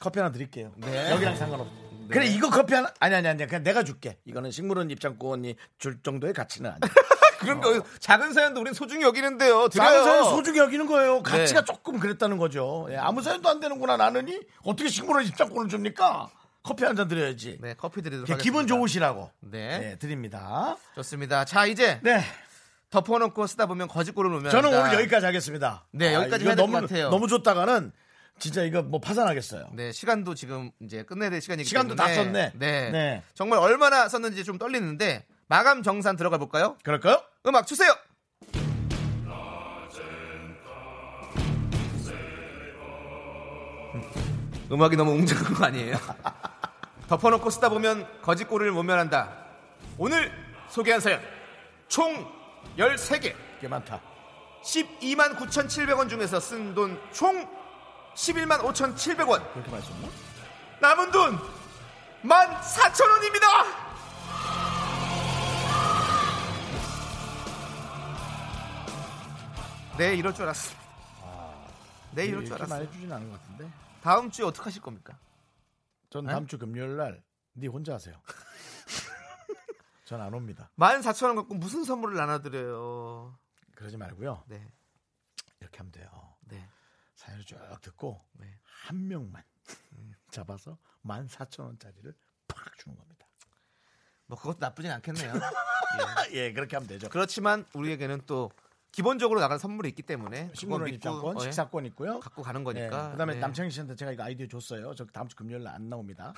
커피 하나 드릴게요.
네.
여기랑 상관없어. 그래 이거 커피 하나 아니 아니 아니 그냥 내가 줄게. 이거는 식물원 입장권이 줄 정도의 가치는 아니야.
<laughs> 그런 거 작은 사연도 우린 소중히 여기는데요.
작은
드려요.
사연 소중히 여기는 거예요. 가치가
네.
조금 그랬다는 거죠. 예, 아무 사연도 안 되는구나 나느니 어떻게 식물원 입장권을 줍니까? 커피 한 잔 드려야지.
네, 커피 드리도록
이렇게
하겠습니다.
기분 좋으시라고
네.
예, 드립니다.
좋습니다. 자, 이제
네,
덮어놓고 쓰다 보면 거짓골을 놓으면
저는 오늘 여기까지 하겠습니다.
네, 여기까지 해야 될것
너무
같아요.
너무 좋다가는 진짜 이거 뭐 파산하겠어요.
네, 시간도 지금 이제 끝내야 될 시간이기
시간도
때문에
다 썼네.
네.
네.
정말 얼마나 썼는지 좀 떨리는데 마감 정산 들어가 볼까요?
그럴까요?
음악 주세요. <laughs> 음악이 너무 웅장한 거 아니에요? <laughs> 덮어놓고 쓰다 보면 거짓골을 모면한다. 오늘 소개한 사연 총 13개
꽤 많다.
12만 9,700원 중에서 쓴 돈 총 11만 5,700원
그렇게 많이 썼나?
남은 돈 14,000원입니다. 네, 이럴 줄 알았어. 네, 이럴 줄
이렇게
알았어.
많이 주진 않은 것 같은데.
다음 주에 어떻게 하실 겁니까?
전
네?
다음 주 금요일 날 네
<laughs>
혼자 하세요. 전 안 옵니다.
14,000원 갖고 무슨 선물을 나눠 드려요.
그러지 말고요.
네.
이렇게 하면 돼요.
네.
사연을 쭉 듣고
네.
한 명만 <laughs> 잡아서 14,000원짜리를 팍 주는 겁니다.
뭐 그것도 나쁘진 <laughs> 않겠네요.
예, 그렇게 하면 되죠.
그렇지만 우리에게는 또 기본적으로 나가는 선물이 있기 때문에
식물원
네, 그거 믿고,
입장권,
어, 예.
식사권 있고요.
갖고 가는 거니까.
예, 그다음에
네. <laughs>
남창희 씨한테 제가 이거 아이디어 줬어요. 저 다음 주 금요일 날 안 나옵니다.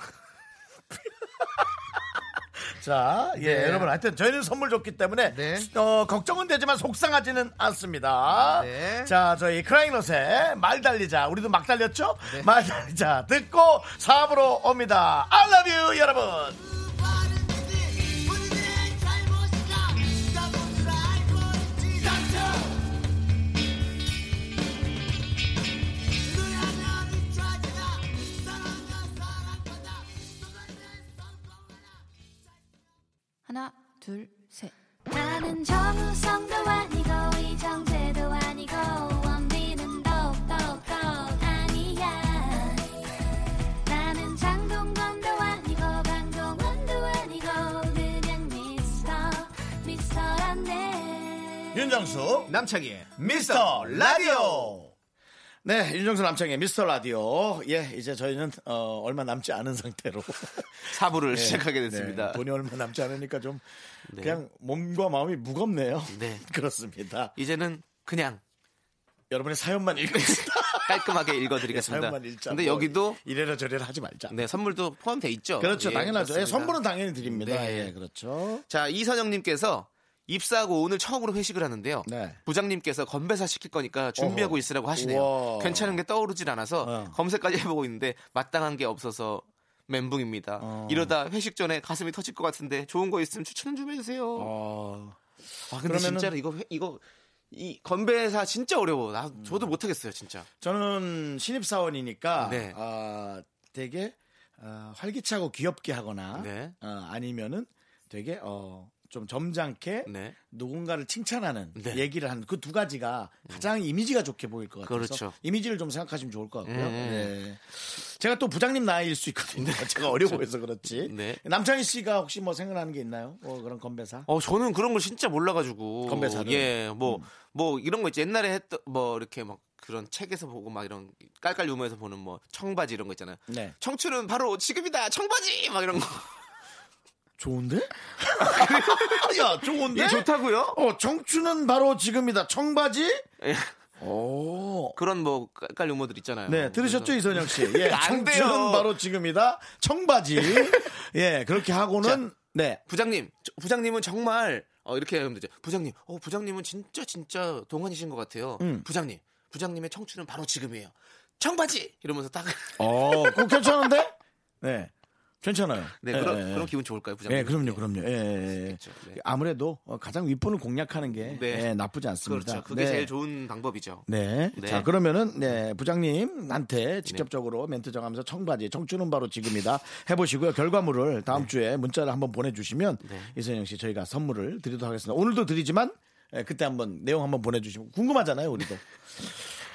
자, 예,
네.
여러분 하여튼 저희는 선물 줬기 때문에
네.
어, 걱정은 되지만 속상하지는 않습니다.
네.
자, 저희 크라잉넛의 말 달리자. 우리도 막 달렸죠?
네.
말 달리자. 듣고 사업으로 옵니다. I love you, 여러분.
하나, 둘, 셋.
나는 정우성도 아니고 이정재도 아니고 원빈은 더욱더 아니야 나는 장동건도 아니고 강동원도 아니고 그냥 미스터 미스터란데
윤정수,
남창희의
미스터 라디오. 네, 윤정수 남창의 미스터 라디오. 예, 이제 저희는 어, 얼마 남지 않은
<laughs>
상태로
사부를
네,
시작하게 됐습니다.
네, 돈이 얼마 남지 않으니까 좀 그냥 몸과 마음이 무겁네요.
네.
<laughs> 그렇습니다.
이제는 그냥 <laughs>
여러분의 사연만 읽겠습니다.
깔끔하게 읽어드리겠습니다.
사연만 읽자.
근데
뭐
여기도
이래라 저래라 하지 말자.
네 선물도 포함돼 있죠.
그렇죠,
예,
당연하죠. 예,
그렇습니다.
선물은 당연히 드립니다.
네.
예, 그렇죠.
자 이선영님께서 입사하고 오늘 처음으로 회식을 하는데요.
네.
부장님께서 건배사 시킬 거니까 준비하고
어허.
있으라고 하시네요.
우와.
괜찮은 게 떠오르질 않아서
어.
검색까지 해보고 있는데 마땅한 게 없어서 멘붕입니다.
어.
이러다 회식 전에 가슴이 터질 것 같은데 좋은 거 있으면 추천 좀 해주세요.
어,
아 근데
그러면은-
진짜로 이거 회- 이거 이 건배사 진짜 어려워. 나 저도 못하겠어요 진짜.
저는 신입 사원이니까
네.
아, 되게 어, 활기차고 귀엽게 하거나
네.
어, 아니면은 되게 어, 좀 점잖게
네.
누군가를 칭찬하는
네.
얘기를 하는 그 두 가지가 가장 이미지가 좋게 보일 것 같아서
그렇죠.
이미지를 좀 생각하시면 좋을 것 같고요.
음.
네. 제가 또 부장님 나이일 수 있거든요. <laughs> 제가 어려 보여서 그렇지.
그렇죠. 네.
남창희 씨가 혹시 뭐 생각나는 게 있나요? 뭐 그런 건배사?
어 저는 그런 걸 진짜 몰라가지고
건배사를?
예뭐 뭐 이런 거 있지 옛날에 했던 뭐 이렇게 막 그런 책에서 보고 막 이런 깔깔 유머에서 보는 뭐 청바지 이런 거 있잖아요.
네.
청춘은 바로 지금이다 청바지 막 이런 거.
좋은데? 야, 좋은데?
예 좋다고요?
어, 청춘은 바로 지금이다. 청바지?
예,
오.
<laughs> 그런 뭐 깔깔 유머들 있잖아요.
네, 들으셨죠,
그래서-
이선영
<laughs>
씨? 예,
안 돼요.
청춘은 바로 지금이다.
<laughs>
청바지. 예, 그렇게 하고는, 네.
부장님 저- 부장님은 정말 어, 이렇게 하면 되죠. 부장님 어 부장님은 진짜 진짜 동안이신 것 같아요. 부장님 부장님의 청춘은 바로 지금이에요. 청바지 이러면서 딱.
어, 그거 괜찮은데? 네. 괜찮아요.
네,
예,
그런,
예, 예.
그런 기분 좋을까요, 부장님?
예, 그럼요, 그럼요. 예, 예, 예.
그렇죠. 네.
아무래도 어, 가장 윗분을 공략하는 게
네.
예, 나쁘지 않습니다.
그렇죠. 그게
네.
제일 좋은 방법이죠.
네.
네.
자, 그러면은, 네, 부장님한테 직접적으로 멘트 정하면서 청바지, 청춘은 바로 지금이다 해보시고요. 결과물을 다음 주에 문자를 한번 보내주시면 이선영 씨 저희가 선물을 드리도록 하겠습니다. 오늘도 드리지만 예, 그때 한번 내용 한번 보내주시면 궁금하잖아요, <laughs> 우리도.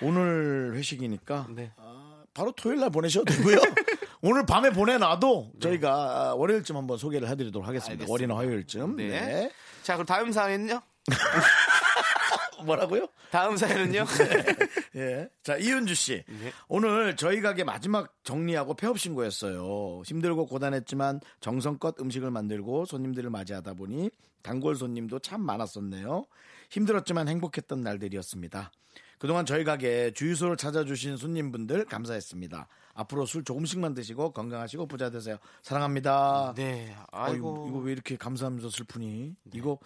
오늘 회식이니까
네.
아, 바로 토요일 날 보내셔도 <laughs> 되고요. 오늘 밤에 보내놔도 저희가 아, 월요일쯤 한번 소개를 해드리도록 하겠습니다.
알겠습니다.
월요일이나 화요일쯤.
네.
네.
자, 그럼 다음 사연은요?
뭐라고요?
다음
<laughs>
사연은요?
예. 자, 이은주 씨. 오늘 저희 가게 마지막 정리하고 폐업 신고였어요. 힘들고 고단했지만 정성껏 음식을 만들고 손님들을 맞이하다 보니 단골 손님도 참 많았었네요. 힘들었지만 행복했던 날들이었습니다. 그동안 저희 가게 주유소를 찾아주신 손님분들 감사했습니다. 앞으로 술 조금씩만 드시고 건강하시고 부자 되세요. 사랑합니다.
네.
아이고 이거
아이고. 네.
왜 이렇게 감사하면서 슬프니? 이거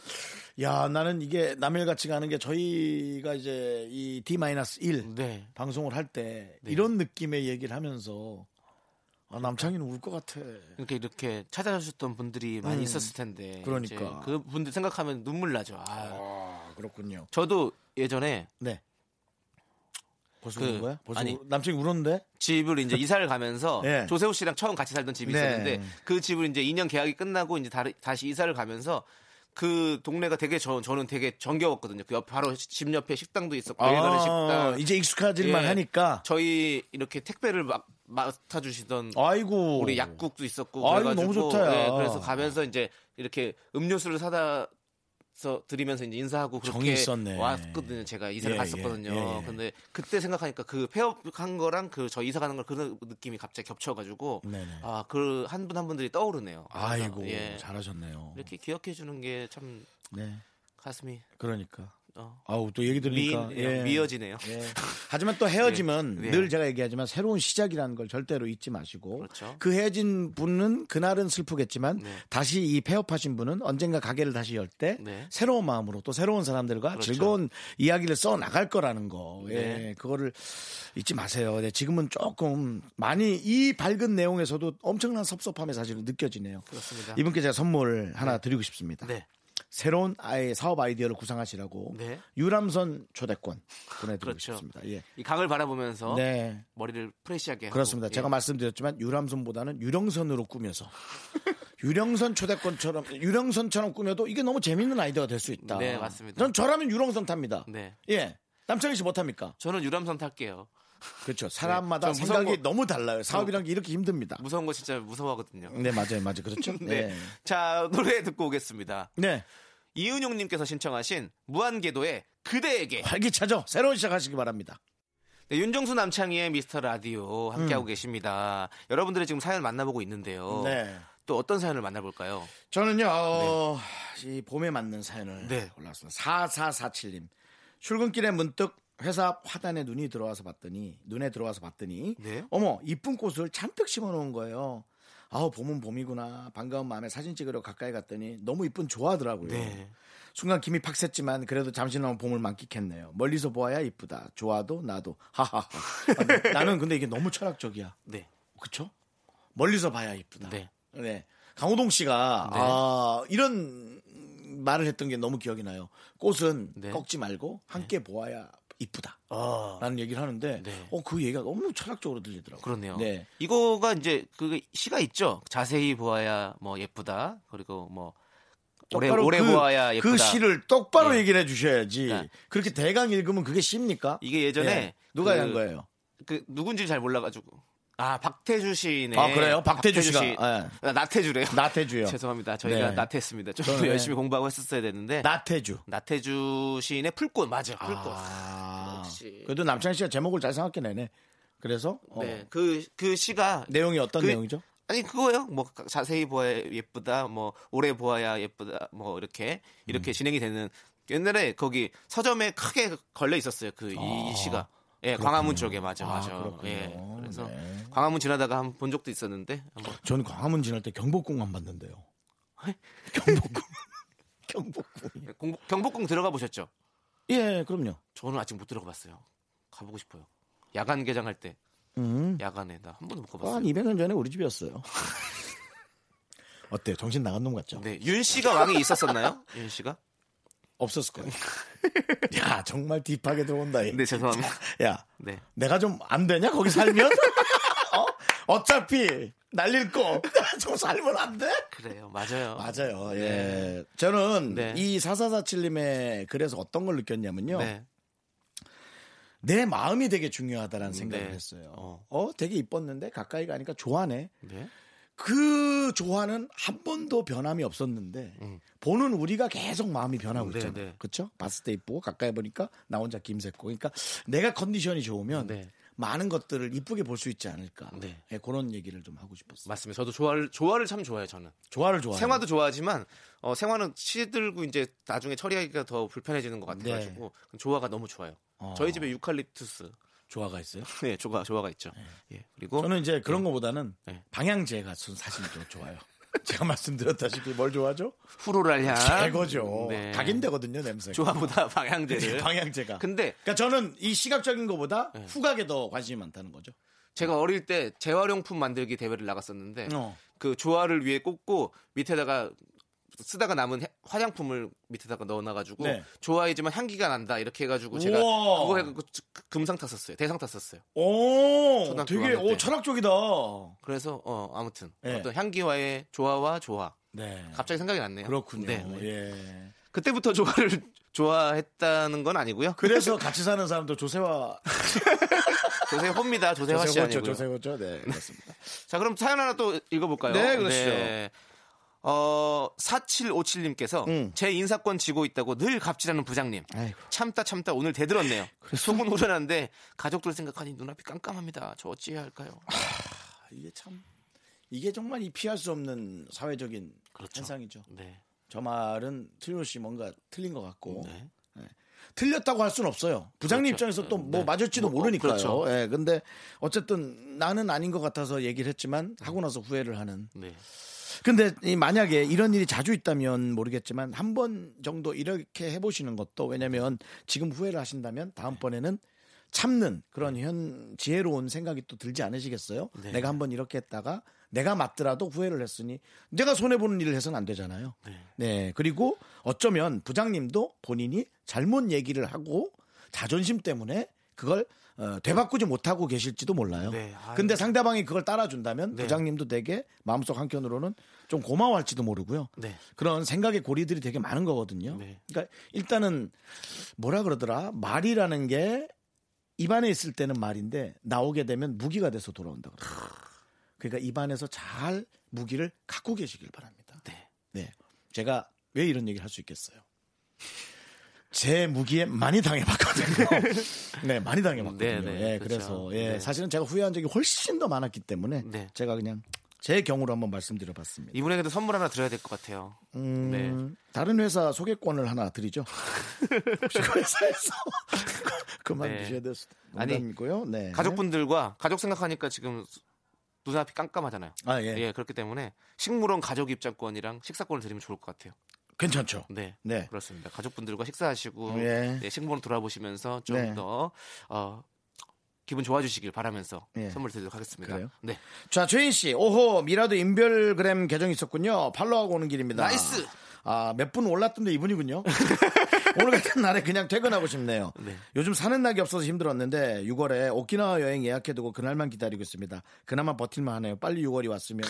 야 나는 이게 남일 같이 가는 게 저희가 이제 이 D-1
네.
방송을 할 때 이런 느낌의 얘기를 하면서 아,
그러니까.
남창이는 울 것 같아.
이렇게 이렇게 찾아주셨던 분들이 음. 많이 있었을 텐데.
그러니까.
이제 음. 그 분들 생각하면 눈물 나죠. 아.
아, 그렇군요.
<laughs> 저도 예전에
네. 벌써
그,
우는 거야? 벌써
아니.
울- 남창이 울었는데?
집을 이제 이사를 가면서
예.
조세호 씨랑 처음 같이 살던 집이
네.
있었는데 그 집을 이제 2년 계약이 끝나고 이제 다르- 다시 이사를 가면서 그 동네가 되게 저, 저는 되게 정겨웠거든요. 그 옆, 바로 집 옆에 식당도 있었고 매일
아.
가는 아, 식당.
이제 익숙해질만
예.
하니까.
저희 이렇게 택배를 막 맡아주시던
아이고.
우리 약국도 있었고
어. 아유,
그래가지고
너무 좋다, 야.
네, 그래서 가면서 이제 이렇게 음료수를 사다 서 드리면서 이제 인사하고
정이
그렇게
있었네.
왔거든요. 제가 이사를
예,
갔었거든요.
예, 예.
근데 그때 생각하니까 그 폐업한 거랑 그 저 이사 가는 걸 그런 느낌이 갑자기 겹쳐가지고
네네.
아 그 한 분 한 분들이 떠오르네요.
아이고
그래서, 예.
잘하셨네요.
이렇게 기억해 주는 게 참
네.
가슴이
그러니까. 아우 또 얘기 들으니까
어. 미인, 미어지네요.
그러니까, 예. 하지만 또 헤어짐은
예, 예.
늘 제가 얘기하지만 새로운 시작이라는 걸 절대로 잊지 마시고
그렇죠.
그 헤어진 분은 그날은 슬프겠지만
네.
다시 이 폐업하신 분은 언젠가 가게를 다시 열 때
네.
새로운 마음으로 또 새로운 사람들과
그렇죠.
즐거운 이야기를 써 나갈 거라는 거 예.
네.
그거를 잊지 마세요. 네, 지금은 조금 많이 이 밝은 내용에서도 엄청난 섭섭함이 사실은 느껴지네요.
그렇습니다.
이분께 제가 선물 하나 드리고 싶습니다.
네.
새로운 아예 사업 아이디어를 구상하시라고
네.
유람선 초대권 보내드리고
그렇죠.
싶습니다. 예.
이 강을 바라보면서
네.
머리를 프레시하게 하고,
그렇습니다.
예.
제가 말씀드렸지만 유람선보다는 유령선으로 꾸며서 <laughs> 유령선 초대권처럼 유령선처럼 꾸며도 이게 너무 재밌는 아이디어가 될 수 있다.
네, 맞습니다.
전 저라면 유령선 탑니다.
네.
예. 남창희 씨 못합니까?
저는 유람선 탈게요.
그렇죠. 사람마다
네, 전 무서운 거-
생각이 너무 달라요. 사업이란 게 이렇게 힘듭니다.
무서운 거 진짜 무서워하거든요.
네, 맞아요. 맞아요. 그렇죠.
<laughs> 네.
네.
자, 노래 듣고 오겠습니다.
네.
이은용님께서 신청하신 무한궤도의 그대에게.
활기차죠? 새로운 시작하시기 바랍니다.
네, 윤정수 남창희의 미스터 라디오 함께하고 계십니다. 여러분들의 지금 사연 만나보고 있는데요.
음. 네.
또 어떤 사연을 만나볼까요?
저는요 어, 이 봄에 맞는 사연을
네.
올라왔습니다. 4447님 출근길에 문득 회사 앞 화단에 눈이 들어와서 봤더니 눈에 들어와서 봤더니
네.
어머 이쁜 꽃을 잔뜩 심어놓은 거예요. 아우 봄은 봄이구나 반가운 마음에 사진 찍으러 가까이 갔더니 너무 이쁜 좋아하더라고요.
네.
순간 김이 팍 샜지만 그래도 잠시나마 봄을 만끽했네요. 멀리서 보아야 이쁘다. 좋아도 나도 하하하. 아, 나는 근데 이게 너무 철학적이야.
네.
그쵸? 멀리서 봐야 이쁘다.
네.
네. 강호동 씨가
네.
아, 이런 말을 했던 게 너무 기억이 나요. 꽃은
네.
꺾지 말고 함께 보아야 이쁘다.
아.
라는 얘기를 하는데
네.
어, 그 얘기가 너무 철학적으로 들리더라고요.
그렇네요.
네.
이거가 이제 그 시가 있죠. 자세히 보아야 뭐 예쁘다. 그리고 뭐 오래
똑바로
오래
그-
보아야 예쁘다.
그 시를 똑바로
네.
얘기를 해 주셔야지.
네.
그렇게 대강 읽으면 그게 시입니까?
이게 예전에
예. 누가
그-
한 거예요?
그 누군지 잘 몰라가지고 아 박태주 시인의
아, 그래요? 박태주 씨가,
씨-
예.
아, 나태주래요.
나태주요.
<laughs> 죄송합니다. 저희가
네.
나태했습니다. 좀
저는-
더 열심히 공부하고 했었어야 됐는데
나태주.
태주 시인의 풀꽃 맞아. 풀꽃.
아.
역시.
그래도 남창희 씨가 제목을 잘 생각해 내네. 그래서 어,
네, 그, 그 시가.
내용이 어떤
그-
내용이죠?
아니, 그거요. 뭐, 가- 자세히 보아야 예쁘다. 뭐, 오래 보아야 예쁘다. 뭐, 이렇게. 이렇게 진행이 되는. 옛날에 거기 서점에 크게 걸려 있었어요. 그, 이, 이 시가. 예, 광화문 쪽에. 맞아, 맞아.
그렇군요.
예. 그래서
네.
광화문 지나다가 한 번 본 적도 있었는데. 한번.
저는 광화문 지날 때 경복궁만 봤는데요. 경복궁. 경복궁.
공- 경복궁 들어가 보셨죠?
예, 그럼요.
저는 아직 못 들어가 봤어요. 가보고 싶어요. 야간 개장할 때.
음.
야간에 나 한 번도 못 가봤어요.
한 200년 전에 우리 집이었어요. <laughs> 어때요? 정신 나간 놈 같죠?
네, 윤 씨가 왕이 있었었나요? 윤 씨가?
없었을 거예요. <laughs> 야, 정말 딥하게 들어온다. 얘.
네, 죄송합니다.
야,
네.
내가 좀 안 되냐? 거기 살면? <laughs> 어? 어차피 날릴 거. <laughs> 좀 살면 안 돼?
<laughs> 그래요. 맞아요.
맞아요. 예. 저는
네.
이 4447님의 그래서 어떤 걸 느꼈냐면요.
네.
내 마음이 되게 중요하다라는 생각을
네.
했어요. 어.
어.
되게 이뻤는데 가까이 가니까 좋아하네.
네.
그 좋아는 한 번도 변함이 없었는데 보는 우리가 계속 음. 마음이 변하고
네,
있잖아요.
네.
그렇죠? 봤을 때 이쁘고 가까이 보니까 나 혼자 김새코. 그러니까 내가 컨디션이 좋으면
네.
많은 것들을 이쁘게 볼 수 있지 않을까.
네.
예, 그런 얘기를 좀 하고 싶었어요.
맞습니다. 저도 조화를 조화를 참 좋아해요. 저는
조화를 좋아해요.
생화도 좋아하지만 어, 생화는 시들고 이제 나중에 처리하기가 더 불편해지는 것 같아가지고 조화가 너무 좋아요.
네. 어.
저희 집에 유칼립투스 <laughs>
조화가 있어요.
네 조화 조화가 있죠. 예 그리고
저는 이제 그런 것보다는
네.
방향제가 전 사실 더 좋아요. <laughs> 제가 말씀드렸다시피 뭘 좋아하죠?
후로랄 향
제거죠.
네.
각인되거든요, 냄새.
조화보다 <laughs> 방향제를
네, 방향제가.
근데 네.
그러니까 저는 이 시각적인 것보다 후각에 더 관심이 많다는 거죠.
제가 어릴 때 재활용품 만들기 대회를 나갔었는데
어.
그 조화를 위에 꽂고 밑에다가 쓰다가 남은 해- 화장품을 밑에다가 넣어놔가지고
네.
좋아이지만 향기가 난다 이렇게 해가지고 제가
우와.
그거 해가지고 금상 탔었어요 대상 탔었어요
오,
초등학교
되게
학년
오
때.
철학적이다.
그래서 어 아무튼
네.
어떤 향기와의 조화와 조화
네,
갑자기 생각이 났네요
그렇군요.
네, 네.
예.
그때부터 조화를 <laughs> 좋아했다는 건 아니고요
그래서 같이 사는 사람도 조세화,
<laughs> 조세호입니다 조세화 씨
조세호죠,
아니고요
조세호죠. 네, 그렇습니다.
자 그럼 사연 하나 또 읽어볼까요
네, 그러시죠.
어 4757님께서
음.
제 인사권 지고 있다고 늘 갑질하는 부장님
아이고.
참다 참다 오늘
<laughs>
대들었네요. 속은 후련한데 가족들 생각하니 눈앞이 깜깜합니다. 저 어찌해야 할까요?
아, 이게 참 이게 정말 이 피할 수 없는 사회적인
그렇죠.
현상이죠.
네.
저 말은 틀림없이 뭔가 틀린 것 같고.
네.
네. 틀렸다고 할 수는 없어요. 부장님
그렇죠.
입장에서 또 뭐
네.
맞을지도
뭐, 어,
모르니까요.
그렇죠.
예, 근데 어쨌든 나는 아닌 것 같아서 얘기를 했지만 하고 나서 후회를 하는.
네.
근데 이 만약에 이런 일이 자주 있다면 모르겠지만 한 번 정도 이렇게 해보시는 것도 왜냐면 지금 후회를 하신다면 다음번에는 참는 그런 현 지혜로운 생각이 또 들지 않으시겠어요?
네.
내가 한번 이렇게 했다가 내가 맞더라도 후회를 했으니 내가 손해 보는 일을 해서는 안 되잖아요. 네. 그리고 어쩌면 부장님도 본인이 잘못 얘기를 하고 자존심 때문에 그걸 어, 되바꾸지 못하고 계실지도 몰라요.
네, 아유.
근데 상대방이 그걸 따라준다면
네.
부장님도 되게 마음속 한켠으로는 좀 고마워할지도 모르고요.
네.
그런 생각의 고리들이 되게 많은 거거든요.
네.
그러니까 일단은 뭐라 그러더라 말이라는 게 입안에 있을 때는 말인데 나오게 되면 무기가 돼서 돌아온다 그러더라. 그러니까 입안에서 잘 무기를 갖고 계시길 바랍니다.
네.
네. 제가 왜 이런 얘기를 할 수 있겠어요? 제 무기에 많이
<laughs>
당해봤거든요. 네, 많이 당해봤거든요.
네, 네,
예, 그래래서
그렇죠.
예,
네.
사실은 제가 후회한 적이 훨씬 더 많았기 때문에
네.
제가 그냥 제 경우로 한번 말씀드려봤습니다.
이분에게도 선물 하나 드려야 될 것 같아요.
음,
네.
다른 회사 소개권을 하나 드리죠. 혹시 그 회사에서 <laughs> 그만
네.
두셔야 됐을
아니,
농담이고요. 네.
가족분들과 가족 생각하니까 지금 눈앞이 깜깜하잖아요.
아, 예.
예. 그렇기 때문에 식물원 가족 입장권이랑 식사권을 드리면 좋을 것 같아요.
괜찮죠.
네,
네.
그렇습니다. 가족분들과 식사하시고
예.
네, 식물원 돌아보시면서
네.
좀 더 어, 기분 좋아지시길 바라면서
예.
선물 드리도록 하겠습니다.
그래요?
네,
자, 최인 씨. 오호, 미라도 인별그램 계정이 있었군요. 팔로우하고 오는 길입니다.
나이스!
아, 몇 분 올랐던데 이분이군요. <laughs> 오늘 같은 날에 그냥 퇴근하고 싶네요.
네.
요즘 사는 낙이 없어서 힘들었는데 6월에 오키나와 여행 예약해두고 그날만 기다리고 있습니다. 그나마 버틸만 하네요. 빨리 6월이 왔으면.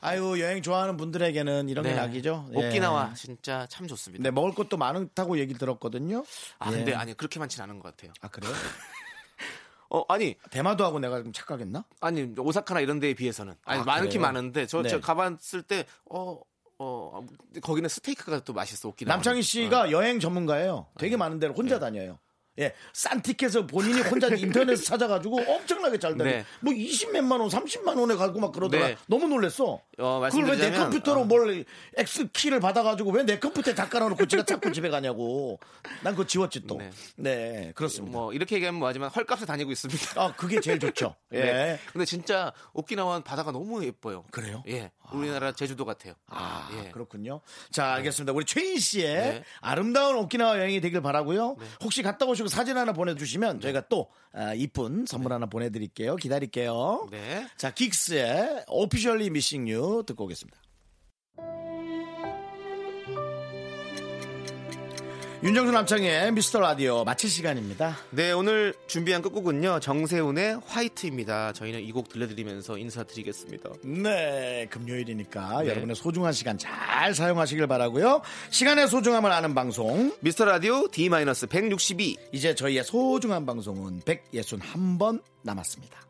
아유, 여행 좋아하는 분들에게는 이런
네.
게 낙이죠. 예.
오키나와 진짜 참 좋습니다.
네, 먹을 것도 많다고 얘기 들었거든요.
아,
예.
근데 아니 그렇게 많진 않은 것 같아요.
아, 그래요?
어, 아니
대마도 하고 내가 좀 착각했나?
아니 오사카나 이런 데에 비해서는 아니
아,
많긴
그래요?
많은데 저,
네.
저 가봤을 때어 어, 거기는 스테이크가 또 네. 맛있어 네. 오키나와.
남창희 씨가 여행 전문가예요. 되게 많은 데를 혼자 다녀요. 예, 싼 티켓을 본인이
<laughs>
혼자 인터넷에서 찾아가지고 엄청나게 잘 다녀.
네.
뭐 20몇만 원, 30만 원에 가고 막 그러더라.
네.
너무 놀랬어.
어,
그걸 왜 내
말씀드리자면,
컴퓨터로
어.
뭘 X 키를 받아가지고 왜 내 컴퓨터에 다 깔아놓고 지가 자꾸 집에 가냐고. 난 그거 지웠지 또. 네,
네.
그렇습니다.
뭐 이렇게 얘기하면 뭐하지만 헐값에 다니고 있습니다.
아, 그게 제일 좋죠.
<laughs>
예.
네. 근데 진짜 오키나와는 바다가 너무 예뻐요.
그래요?
예. 우리나라 제주도 같아요.
아,
예.
그렇군요. 자, 알겠습니다. 우리 최인 씨의
네.
아름다운 오키나와 여행이 되길 바라고요. 혹시 갔다 오시고 사진 하나 보내주시면
네.
저희가 또 아, 이쁜 선물 하나 보내드릴게요. 기다릴게요.
네.
자, 긱스의 Officially Missing You 듣고 오겠습니다. 윤정수 남창의 미스터 라디오 마칠 시간입니다.
네, 오늘 준비한 끝곡은요. 정세훈의 화이트입니다. 저희는 이 곡 들려드리면서 인사드리겠습니다.
네, 금요일이니까
네.
여러분의 소중한 시간 잘 사용하시길 바라고요. 시간의 소중함을 아는 방송.
미스터 라디오 D-162
이제 저희의 소중한 방송은 161번 남았습니다.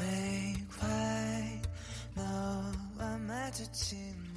매일 화이 너와 마주친